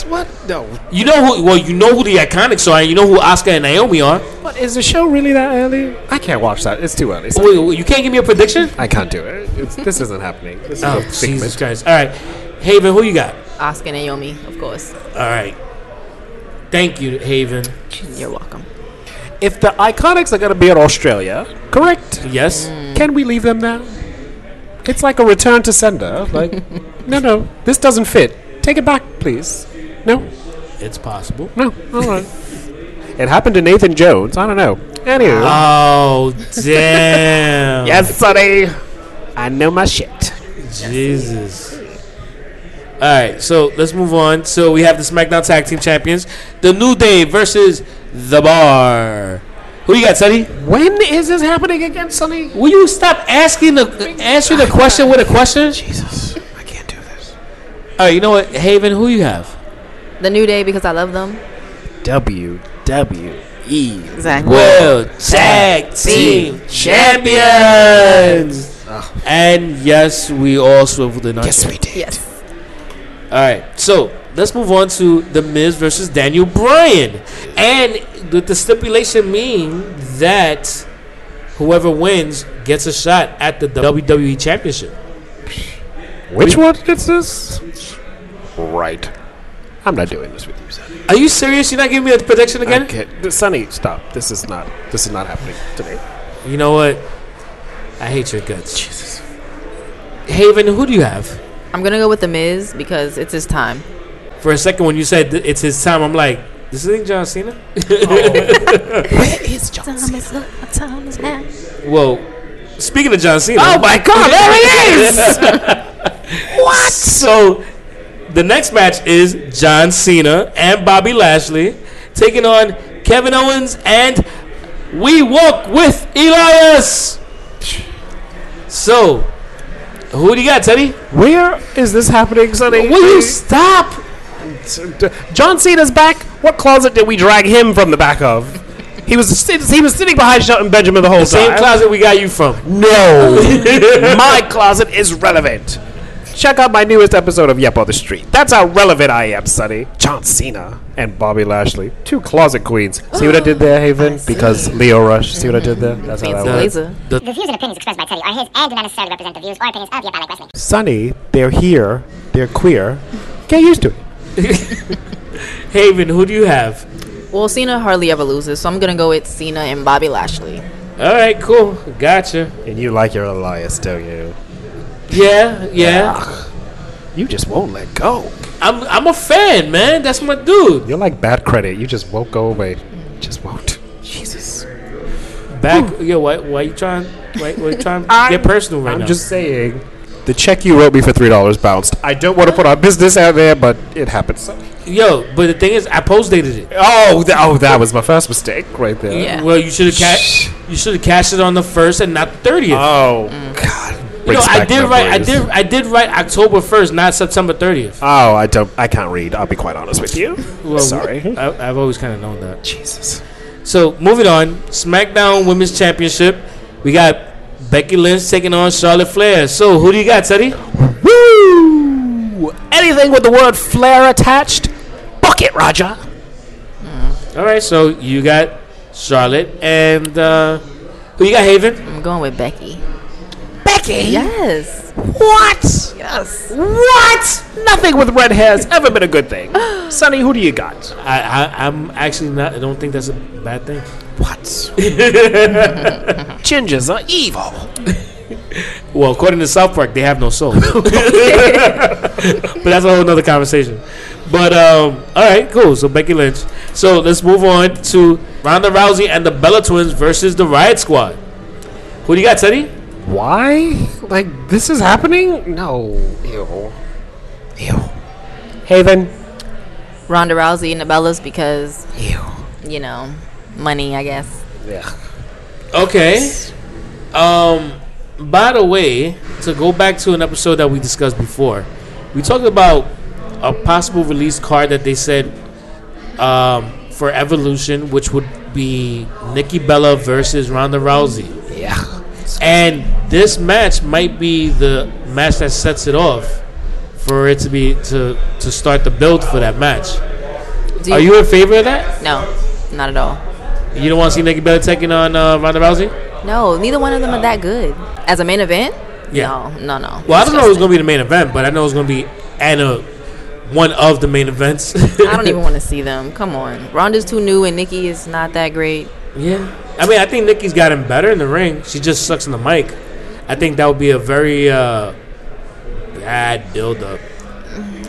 S1: What? No.
S2: You know who? Well, you know who the Iconics are, and you know who Asuka and Naomi are.
S1: What? Is the show really that early? I can't watch that. It's too early.
S2: Wait, wait, you can't give me a prediction?
S1: I can't do it. It's, this isn't happening. This is
S2: Oh,
S1: a figment.
S2: Jesus Christ! All right, Haven, who you got?
S3: Oscar and Naomi, of course.
S2: All right. Thank you, Haven.
S3: You're welcome.
S1: If the Iconics are going to be in Australia, correct?
S2: Yes.
S1: Can we leave them now? It's like a return to sender. Like, no, no, this doesn't fit. Take it back, please. No,
S2: It's possible.
S1: No, all right. it happened to Nathan Jones. I don't know. Anyway,
S2: Oh damn!
S1: Uh, yes, sonny. I know my shit.
S2: Jesus. All right, so let's move on. So we have the SmackDown Tag Team Champions, The New Day versus The Bar. Who you got, Sonny?
S1: When is this happening again, Sonny?
S2: Will you stop asking the answering the question with a question?
S1: Jesus, I can't do this.
S2: All right, you know what, Haven? Who you have?
S3: The New Day because I love them.
S2: E.
S1: WWE.
S6: Exactly.
S2: World Tag Team Champions. And yes, we all swiveled in our
S1: Yes,
S2: chair.
S1: we did.
S3: Yes.
S2: All right, so let's move on to the Miz versus Daniel Bryan, and with the stipulation mean that whoever wins gets a shot at the WWE Championship.
S1: Which one is this? Right. I'm not doing this with you, Sonny.
S2: Are you serious? You're not giving me a prediction again?
S1: Okay, Sonny, stop. This is not. This is not happening today.
S2: You know what? I hate your guts. Jesus. Haven, who do you have?
S3: I'm gonna go with the Miz because it's his time.
S2: For a second, when you said th- it's his time, I'm like, this isn't John Cena. Well, speaking of John Cena.
S1: Oh my God! There he is.
S2: What? So the next match is John Cena and Bobby Lashley taking on Kevin Owens and We Walk with Elias. So, who do you got, Teddy?
S1: Where is this happening, Sonny?
S2: Will you stop?
S1: John Cena's back. What closet did we drag him from the back of? He was sit- he was sitting behind Shelton Benjamin the whole
S2: Same
S1: time.
S2: closet we got you from.
S1: No, my closet is relevant. Check out my newest episode of Yep on the Street. That's how relevant I am, Sonny. John Cena and Bobby Lashley, two closet queens. See what I did there, Haven? Because Leo Rush. See what I did there? That's how that
S3: Fancy
S1: works.
S3: blazer.
S4: The views and opinions expressed by Teddy are his and do not necessarily represent the views or opinions of the Black Wrestling.
S1: Sonny, they're here. They're queer. Get used to it.
S2: Haven, who do you have?
S3: Well, Cena hardly ever loses, so I'm gonna go with Cena and Bobby Lashley.
S2: All right, cool. Gotcha.
S1: And you like your Elias, don't you?
S2: Yeah, yeah.
S1: You just won't let go.
S2: I'm I'm a fan, man. That's my dude.
S1: You're like bad credit. You just won't go away. Just won't. Jesus.
S2: Back. Yo, why why you trying? Why, why you trying to
S1: I'm-
S2: get personal right
S1: I'm
S2: now?
S1: just saying. The check you wrote me for three dollars bounced. I don't want to put our business out there, but it happens.
S2: Yo, but the thing is, I post dated it.
S1: Oh, th- oh, that was my first mistake right there.
S3: Yeah.
S2: Well, you should have ca- you should have cashed it on the first and not the thirtieth.
S1: Oh God.
S2: you know,
S1: Brings
S2: I
S1: back
S2: did write. I
S1: memories.
S2: did. I did write October first, not September thirtieth.
S1: Oh, I don't. I can't read. I'll be quite honest with you. Sorry.
S2: I, I've always kind of known that.
S1: Jesus.
S2: So moving on, SmackDown Women's Championship. We got Becky Lynch taking on Charlotte Flair. So who do you got, Teddy?
S1: Woo! Anything with the word flare attached, book it, Roger.
S2: All right, so you got Charlotte and uh, who you got, Haven?
S3: I'm going with Becky.
S1: Becky.
S3: Yes.
S1: What?
S3: Yes.
S1: What? Nothing with red hair's ever been a good thing. Sonny, who do you got?
S2: I, I I'm actually not. I don't think that's a bad thing.
S1: What? Gingers are evil.
S2: Well, according to South Park, they have no soul. but that's a whole nother conversation. But um, all right, cool. So Becky Lynch. So let's move on to Ronda Rousey and the Bella Twins versus the Riot Squad. Who do you got, Teddy?
S1: Why? Like, this is happening? No. Ew. Ew. Haven.
S3: Ronda Rousey and the Bellas because
S1: Ew.
S3: you know money, I guess.
S1: Yeah.
S2: Okay. Um. By the way, to go back to an episode that we discussed before, we talked about a possible release card that they said um, for Evolution, which would be Nikki Bella versus Ronda Rousey.
S1: Yeah.
S2: And this match might be the match that sets it off for it to be to to start the build for that match.
S3: Do
S2: Are you in favor of that?
S3: No, not at all.
S2: You don't want to see Nikki Bella taking on uh, Ronda Rousey?
S3: No, neither one of them are that good. As a main event?
S2: Yeah.
S3: No, no, no.
S2: Well, I don't know who's going to be the main event, but I know it's going to be and a one of the main events.
S3: I don't even want to see them. Come on. Ronda's too new and Nikki is not that great.
S2: yeah. I mean, I think Nikki's gotten better in the ring. She just sucks in the mic. I think that would be a very uh, bad build up.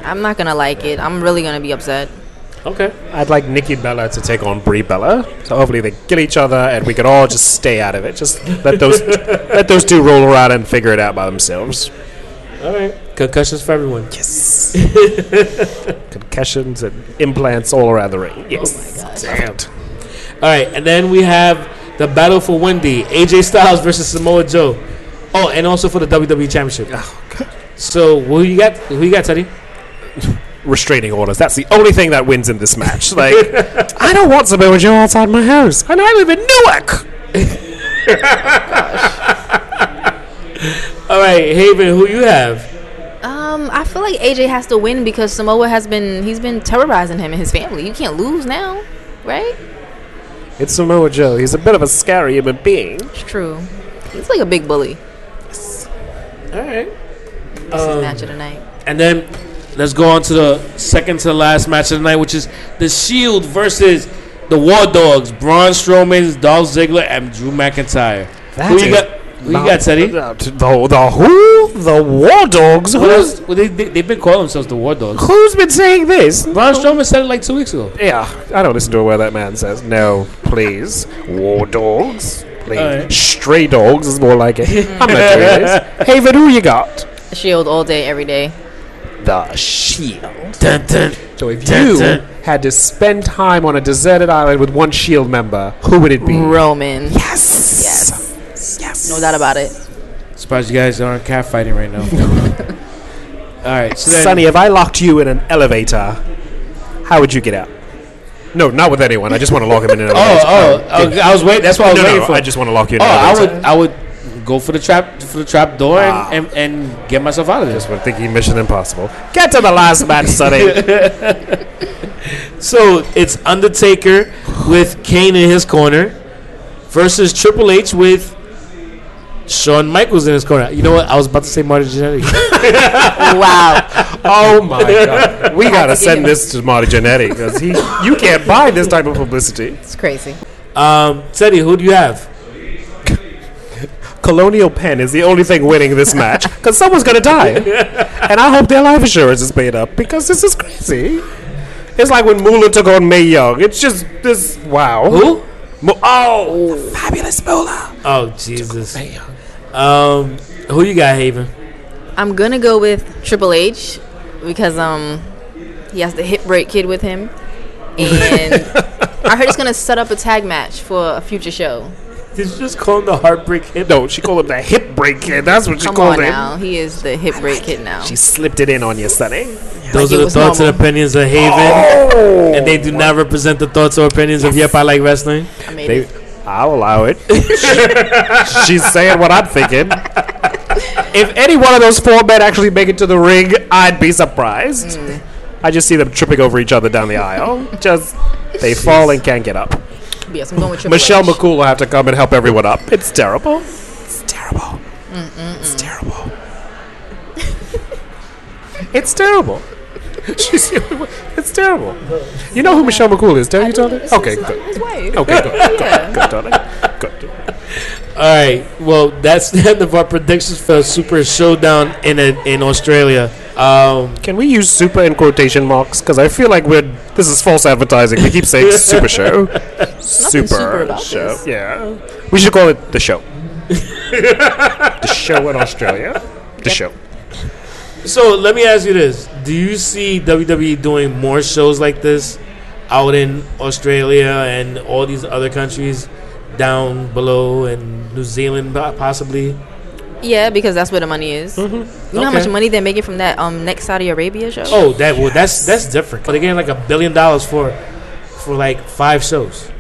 S3: I'm not going to like it. I'm really going to be upset.
S2: Okay.
S1: I'd like Nikki Bella to take on Brie Bella. So hopefully they kill each other and we could all just stay out of it. Just let those let those two roll around and figure it out by themselves.
S2: All right. Concussions for everyone.
S1: Yes. Concussions and implants all around the ring. Yes. Damn.
S2: All right, and then we have the battle for Wendy, AJ Styles versus Samoa Joe. Oh, and also for the WWE Championship.
S3: Oh,
S2: So who you got? Who you got, Teddy?
S1: Restraining orders. That's the only thing that wins in this match. Like, I don't want Samoa Joe outside my house, and I live in Newark.
S2: All right, Haven, who you have?
S3: Um, I feel like AJ has to win because Samoa has been he's been terrorizing him and his family. You can't lose now, right?
S1: It's Samoa Joe. He's a bit of a scary human being.
S3: It's true. He's like a big bully.
S2: All right, Um,
S3: This is match of the night.
S2: and then let's go on to the second to last match of the night, which is the Shield versus the War Dogs, Braun Strowman, Dolph Ziggler, and Drew McIntyre. who you
S1: is
S2: got? Who you got, Teddy?
S1: The, the, the who? The War Dogs?
S2: What
S1: Who's,
S2: else? Well, they, they, they've been calling themselves the War Dogs.
S1: who's been saying this?
S2: Braun Strowman said it like two weeks ago.
S1: Yeah, I don't listen to a word that man says. No, please. War dogs. Please.
S2: Alright.
S1: Stray dogs is more like it. I'm not doing this. Hey, but who you got?
S3: Shield all day, every day.
S1: The shield.
S2: Dun, dun.
S1: So if
S2: Dun,
S1: you
S2: dun.
S1: had to spend time on a deserted island with one shield member, who would it be?
S3: Roman.
S1: Yes.
S3: Yes. No doubt about it.
S2: Surprised you guys aren't catfighting right now. All right, so then, Oh,
S1: Sonny, if I locked you in an elevator, how would you get out? No, not with anyone. I just want to lock him in an
S2: Oh,
S1: elevator.
S2: oh, oh, I was waiting. That's what I was
S1: no,
S2: waiting
S1: no,
S2: for.
S1: I just want to lock you in
S2: oh,
S1: an
S2: I would,
S1: elevator.
S2: I would go for the trap, for the trap door, and-
S1: Ah.
S2: and, and get myself out of this.
S1: I would. Thinking Mission Impossible. Get to the last match, Sonny.
S2: So it's Undertaker with Kane in his corner versus Triple H with Shawn Michaels in his corner. You know what? I was about to say Marty Jannetty.
S3: wow.
S1: Oh my god. We
S3: to
S1: gotta
S3: get
S1: send
S3: him.
S1: this to Marty Jannetty because he you can't buy this type of publicity.
S3: It's crazy.
S2: um, Teddy, who do you have?
S1: Colonial Pen is the only thing winning this match because someone's gonna die, and I hope their life insurance is paid up because this is crazy. It's like when Moolah took on May Young. It's just this wow.
S2: Who?
S1: Mo- oh, fabulous Moolah.
S2: Oh Jesus. Um, who you got, Haven?
S3: I'm gonna go with Triple H because um he has the hip break kid with him, and I heard he's gonna set up a tag match for a future show.
S2: Did you just call him the Heartbreak Hit?
S1: No, she called him the hip break kid. That's what she
S3: Come
S1: called
S3: on
S1: him.
S3: now, he is the hip break kid now.
S1: She slipped it in on you, Sonny.
S3: Like it
S2: Those are the
S3: was
S2: thoughts and
S3: normal.
S2: opinions of Haven,
S1: Oh,
S2: and they do not represent the thoughts or opinions of Yep, I Like Wrestling.
S3: I made
S1: They,
S3: it.
S1: I'll allow it. She's saying what I'm thinking. If any one of those four men actually make it to the ring, I'd be surprised. I just see them tripping over each other down the aisle. Just they fall and can't get up.
S3: Yes, I'm going with Triple
S1: Michelle
S3: H.
S1: McCool will have to come and help everyone up. It's terrible. It's terrible. It's terrible. it's terrible. She's the only one- it's terrible. You know who Michelle McCool is, don't you, Tony? Okay, good.
S3: His wife.
S1: Okay, good.
S3: Yeah.
S1: Good, Tony. Good.
S2: All right. Well, that's the end of our predictions for Super Showdown in a, in Australia. Um,
S1: Can we use super in quotation marks? Because I feel like we're this is false advertising. We keep saying super show, super,
S3: super about
S1: show.
S3: this.
S1: Yeah, we should call it the show. the show in Australia. The show.
S2: so let me ask you this: Do you see WWE doing more shows like this out in Australia and all these other countries down below and New Zealand po- possibly?
S3: Yeah, because that's where the money is. You know how much
S2: Okay.
S3: money they're making from that um next Saudi Arabia show?
S2: Oh, that well, that's that's different. But again, like a billion dollars for for like five shows.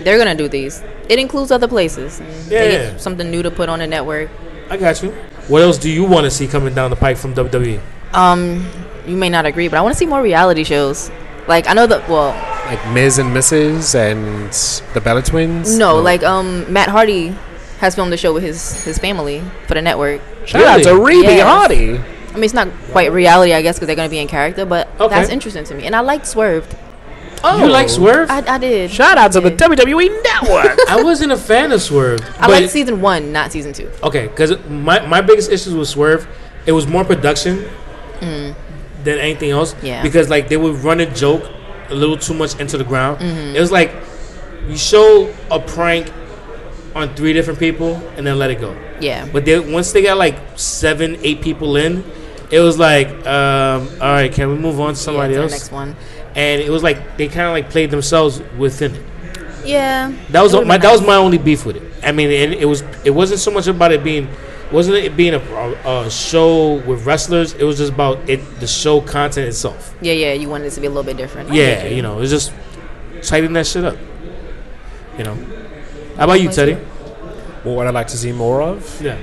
S3: They're gonna do these. It includes other places. Mm. They
S2: Yeah.
S3: get something new to put on the network.
S2: I got you. What else do you want to see coming down the pike from E? WWE?
S3: Um, you may not agree, but I want to see more reality shows. Like I know that. Well,
S1: Like Ms. and Mrs. and the Bella Twins.
S3: no, like um Matt Hardy has filmed a show with his his family for the network.
S1: shout out to
S2: Really?
S1: Rebe
S3: Yes.
S1: Hardy.
S3: I mean, it's not quite reality, I guess, because they're gonna be in character, but
S2: Okay.
S3: that's interesting to me. And I liked Swerved.
S2: Oh, you like Swerve?
S3: I, I did.
S1: Shout out to the
S3: Yeah.
S1: WWE Network.
S2: I wasn't a fan of Swerve.
S3: I
S2: but-
S3: liked season one, not season two.
S2: okay, because my, my biggest issues with Swerve, it was more production than anything else.
S3: Mm. Yeah.
S2: Because like they would run a joke a little too much into the ground.
S3: Mm-hmm.
S2: It was like you show a prank on three different people and then let it go.
S3: Yeah.
S2: But they, once they got like seven, eight people in, it was like, um, all right, can we move on to somebody
S3: yeah, to
S2: else?
S3: the next one.
S2: And it was like they kind of like played themselves within it.
S3: Yeah.
S2: That was
S3: It would've
S2: my
S3: been
S2: that was
S3: nice.
S2: my only beef with it. I mean, and it was it wasn't so much about it being wasn't it being a, a, a show with wrestlers. It was just about it the show content itself.
S3: Yeah, yeah. You wanted it to be a little bit different.
S2: yeah, you know, it's just tighten that shit up. You know, how about you, Teddy?
S1: What would I like to see more of?
S2: Yeah,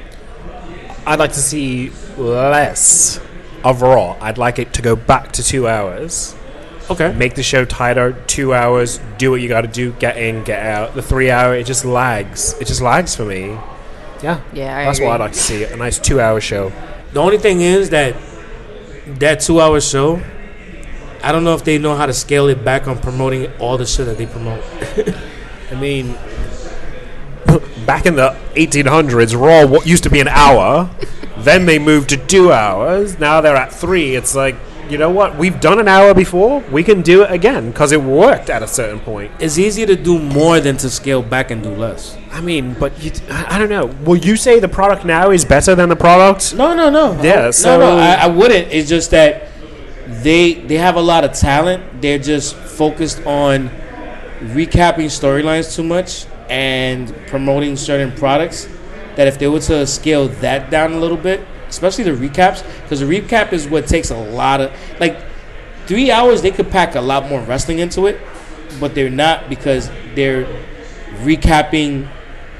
S1: I'd like to see less of Raw. I'd like it to go back to two hours.
S2: okay.
S1: Make the show tighter, two hours, do what you gotta do, get in, get out. The three hour, it just lags. It just lags for me. Yeah.
S3: Yeah, I
S1: That's
S3: agree.
S1: what I'd like to see a nice two hour show.
S2: The only thing is that that two-hour show. I don't know if they know how to scale it back on promoting all the shit that they promote.
S1: I mean, back in the 1800s, Raw what used to be an hour. then they moved to two hours. Now they're at three. It's like, you know what? We've done an hour before. We can do it again because it worked at a certain point.
S2: It's easier to do more than to scale back and do less.
S1: I mean, but you, I I don't know. Will you say the product now is better than the product?
S2: No, no, no.
S1: Yeah,
S2: I,
S1: so-
S2: no, no. I, I wouldn't. It's just that they they have a lot of talent. They're just focused on recapping storylines too much and promoting certain products. That if they were to scale that down a little bit, especially the recaps, because the recap is what takes a lot of like three hours. They could pack a lot more wrestling into it, but they're not because they're recapping.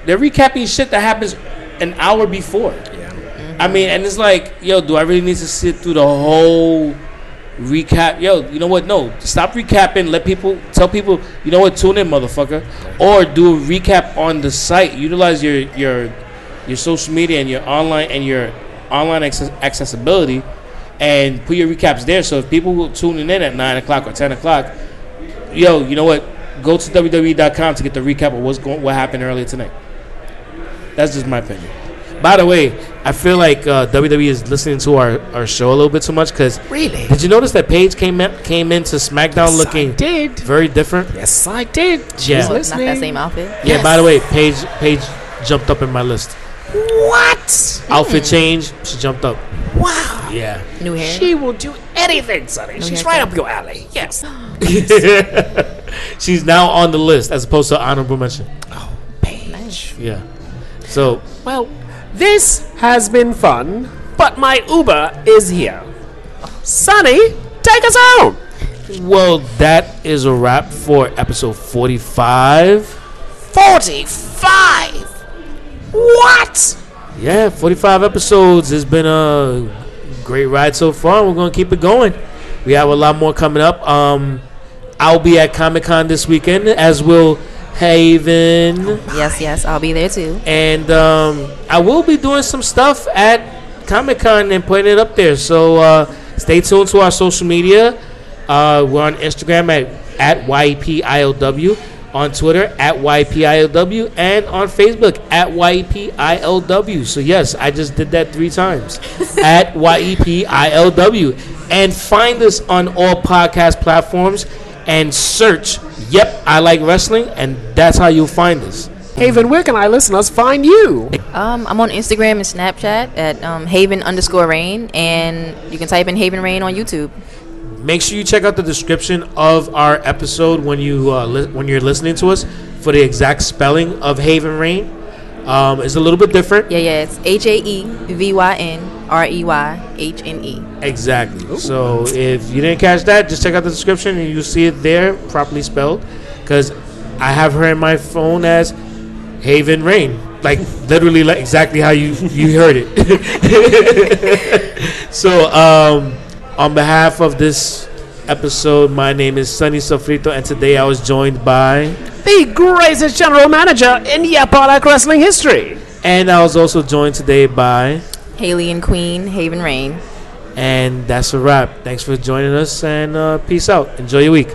S2: They're recapping shit that happens an hour before. I mean, and it's like, yo, do I really need to sit through the whole recap? Yo, you know what? No, stop recapping. Let people tell people, you know what? Tune in, motherfucker, or do a recap on the site. Utilize your your your social media and your online and your online access- accessibility, and put your recaps there. So if people will tune in at nine o'clock or ten o'clock, yo, you know what? Go to www.com to get the recap of what's going, what happened earlier tonight. That's just my opinion. By the way, I feel like uh, WWE is listening to our, our show a little bit too much because
S1: Really?
S2: did you notice that Paige came in, came into SmackDown
S1: Yes, I
S2: looking
S1: did.
S2: very different?
S1: Yes, I did. She's
S2: Yeah.
S3: Well, not that
S1: listening.
S3: same outfit.
S2: Yeah. By the way, Paige Paige jumped up in my list.
S1: What?
S2: Outfit change, she jumped up.
S1: Wow.
S2: Yeah.
S3: New hair.
S1: She will do anything, Sonny. She's
S3: haircut.
S1: right up your alley. Yes.
S2: She's now on the list as opposed to honorable mention.
S1: Paige.
S2: Yeah. So
S1: Well, this has been fun, but my Uber is here. Sonny, take us home.
S2: well, that is a wrap for episode forty-five.
S1: 45. What?
S2: Yeah, 45 episodes. It's been a great ride so far. We're going to keep it going. We have a lot more coming up. Um, I'll be at Comic Con this weekend, as will Haven.
S3: Yes, yes. I'll be there too.
S2: And um, I will be doing some stuff at Comic Con and putting it up there. So uh, stay tuned to our social media. Uh, we're on Instagram at, at YEPILW, on Twitter at YEPILW, and on Facebook at YEPILW. So, yes, I just did that three times at YEPILW. And find us on all podcast platforms and search Yep, I Like Wrestling, and that's how you'll find us.
S1: Haven, where can I listeners find you?
S3: Um, I'm on Instagram and Snapchat at um, Haven underscore Rain, and you can type in Haven Rain on YouTube.
S2: make sure you check out the description of our episode when you uh, li- when you're listening to us for the exact spelling of Haven Rain. Um, it's a little bit different.
S3: Yeah, yeah. It's H A E V Y N R E Y H N E.
S2: Exactly. So if you didn't catch that, just check out the description and you'll see it there, properly spelled. Because I have her in my phone as Haven Rain, like literally, like exactly how you you heard it. so, um, on behalf of this episode, my name is Sunny Sofrito, and today I was joined by,
S1: The greatest general manager in Yaponic wrestling history.
S2: and I was also joined today by,
S3: Haley and Queen, Haven Rain.
S2: and that's a wrap. Thanks for joining us, and uh, peace out. Enjoy your week.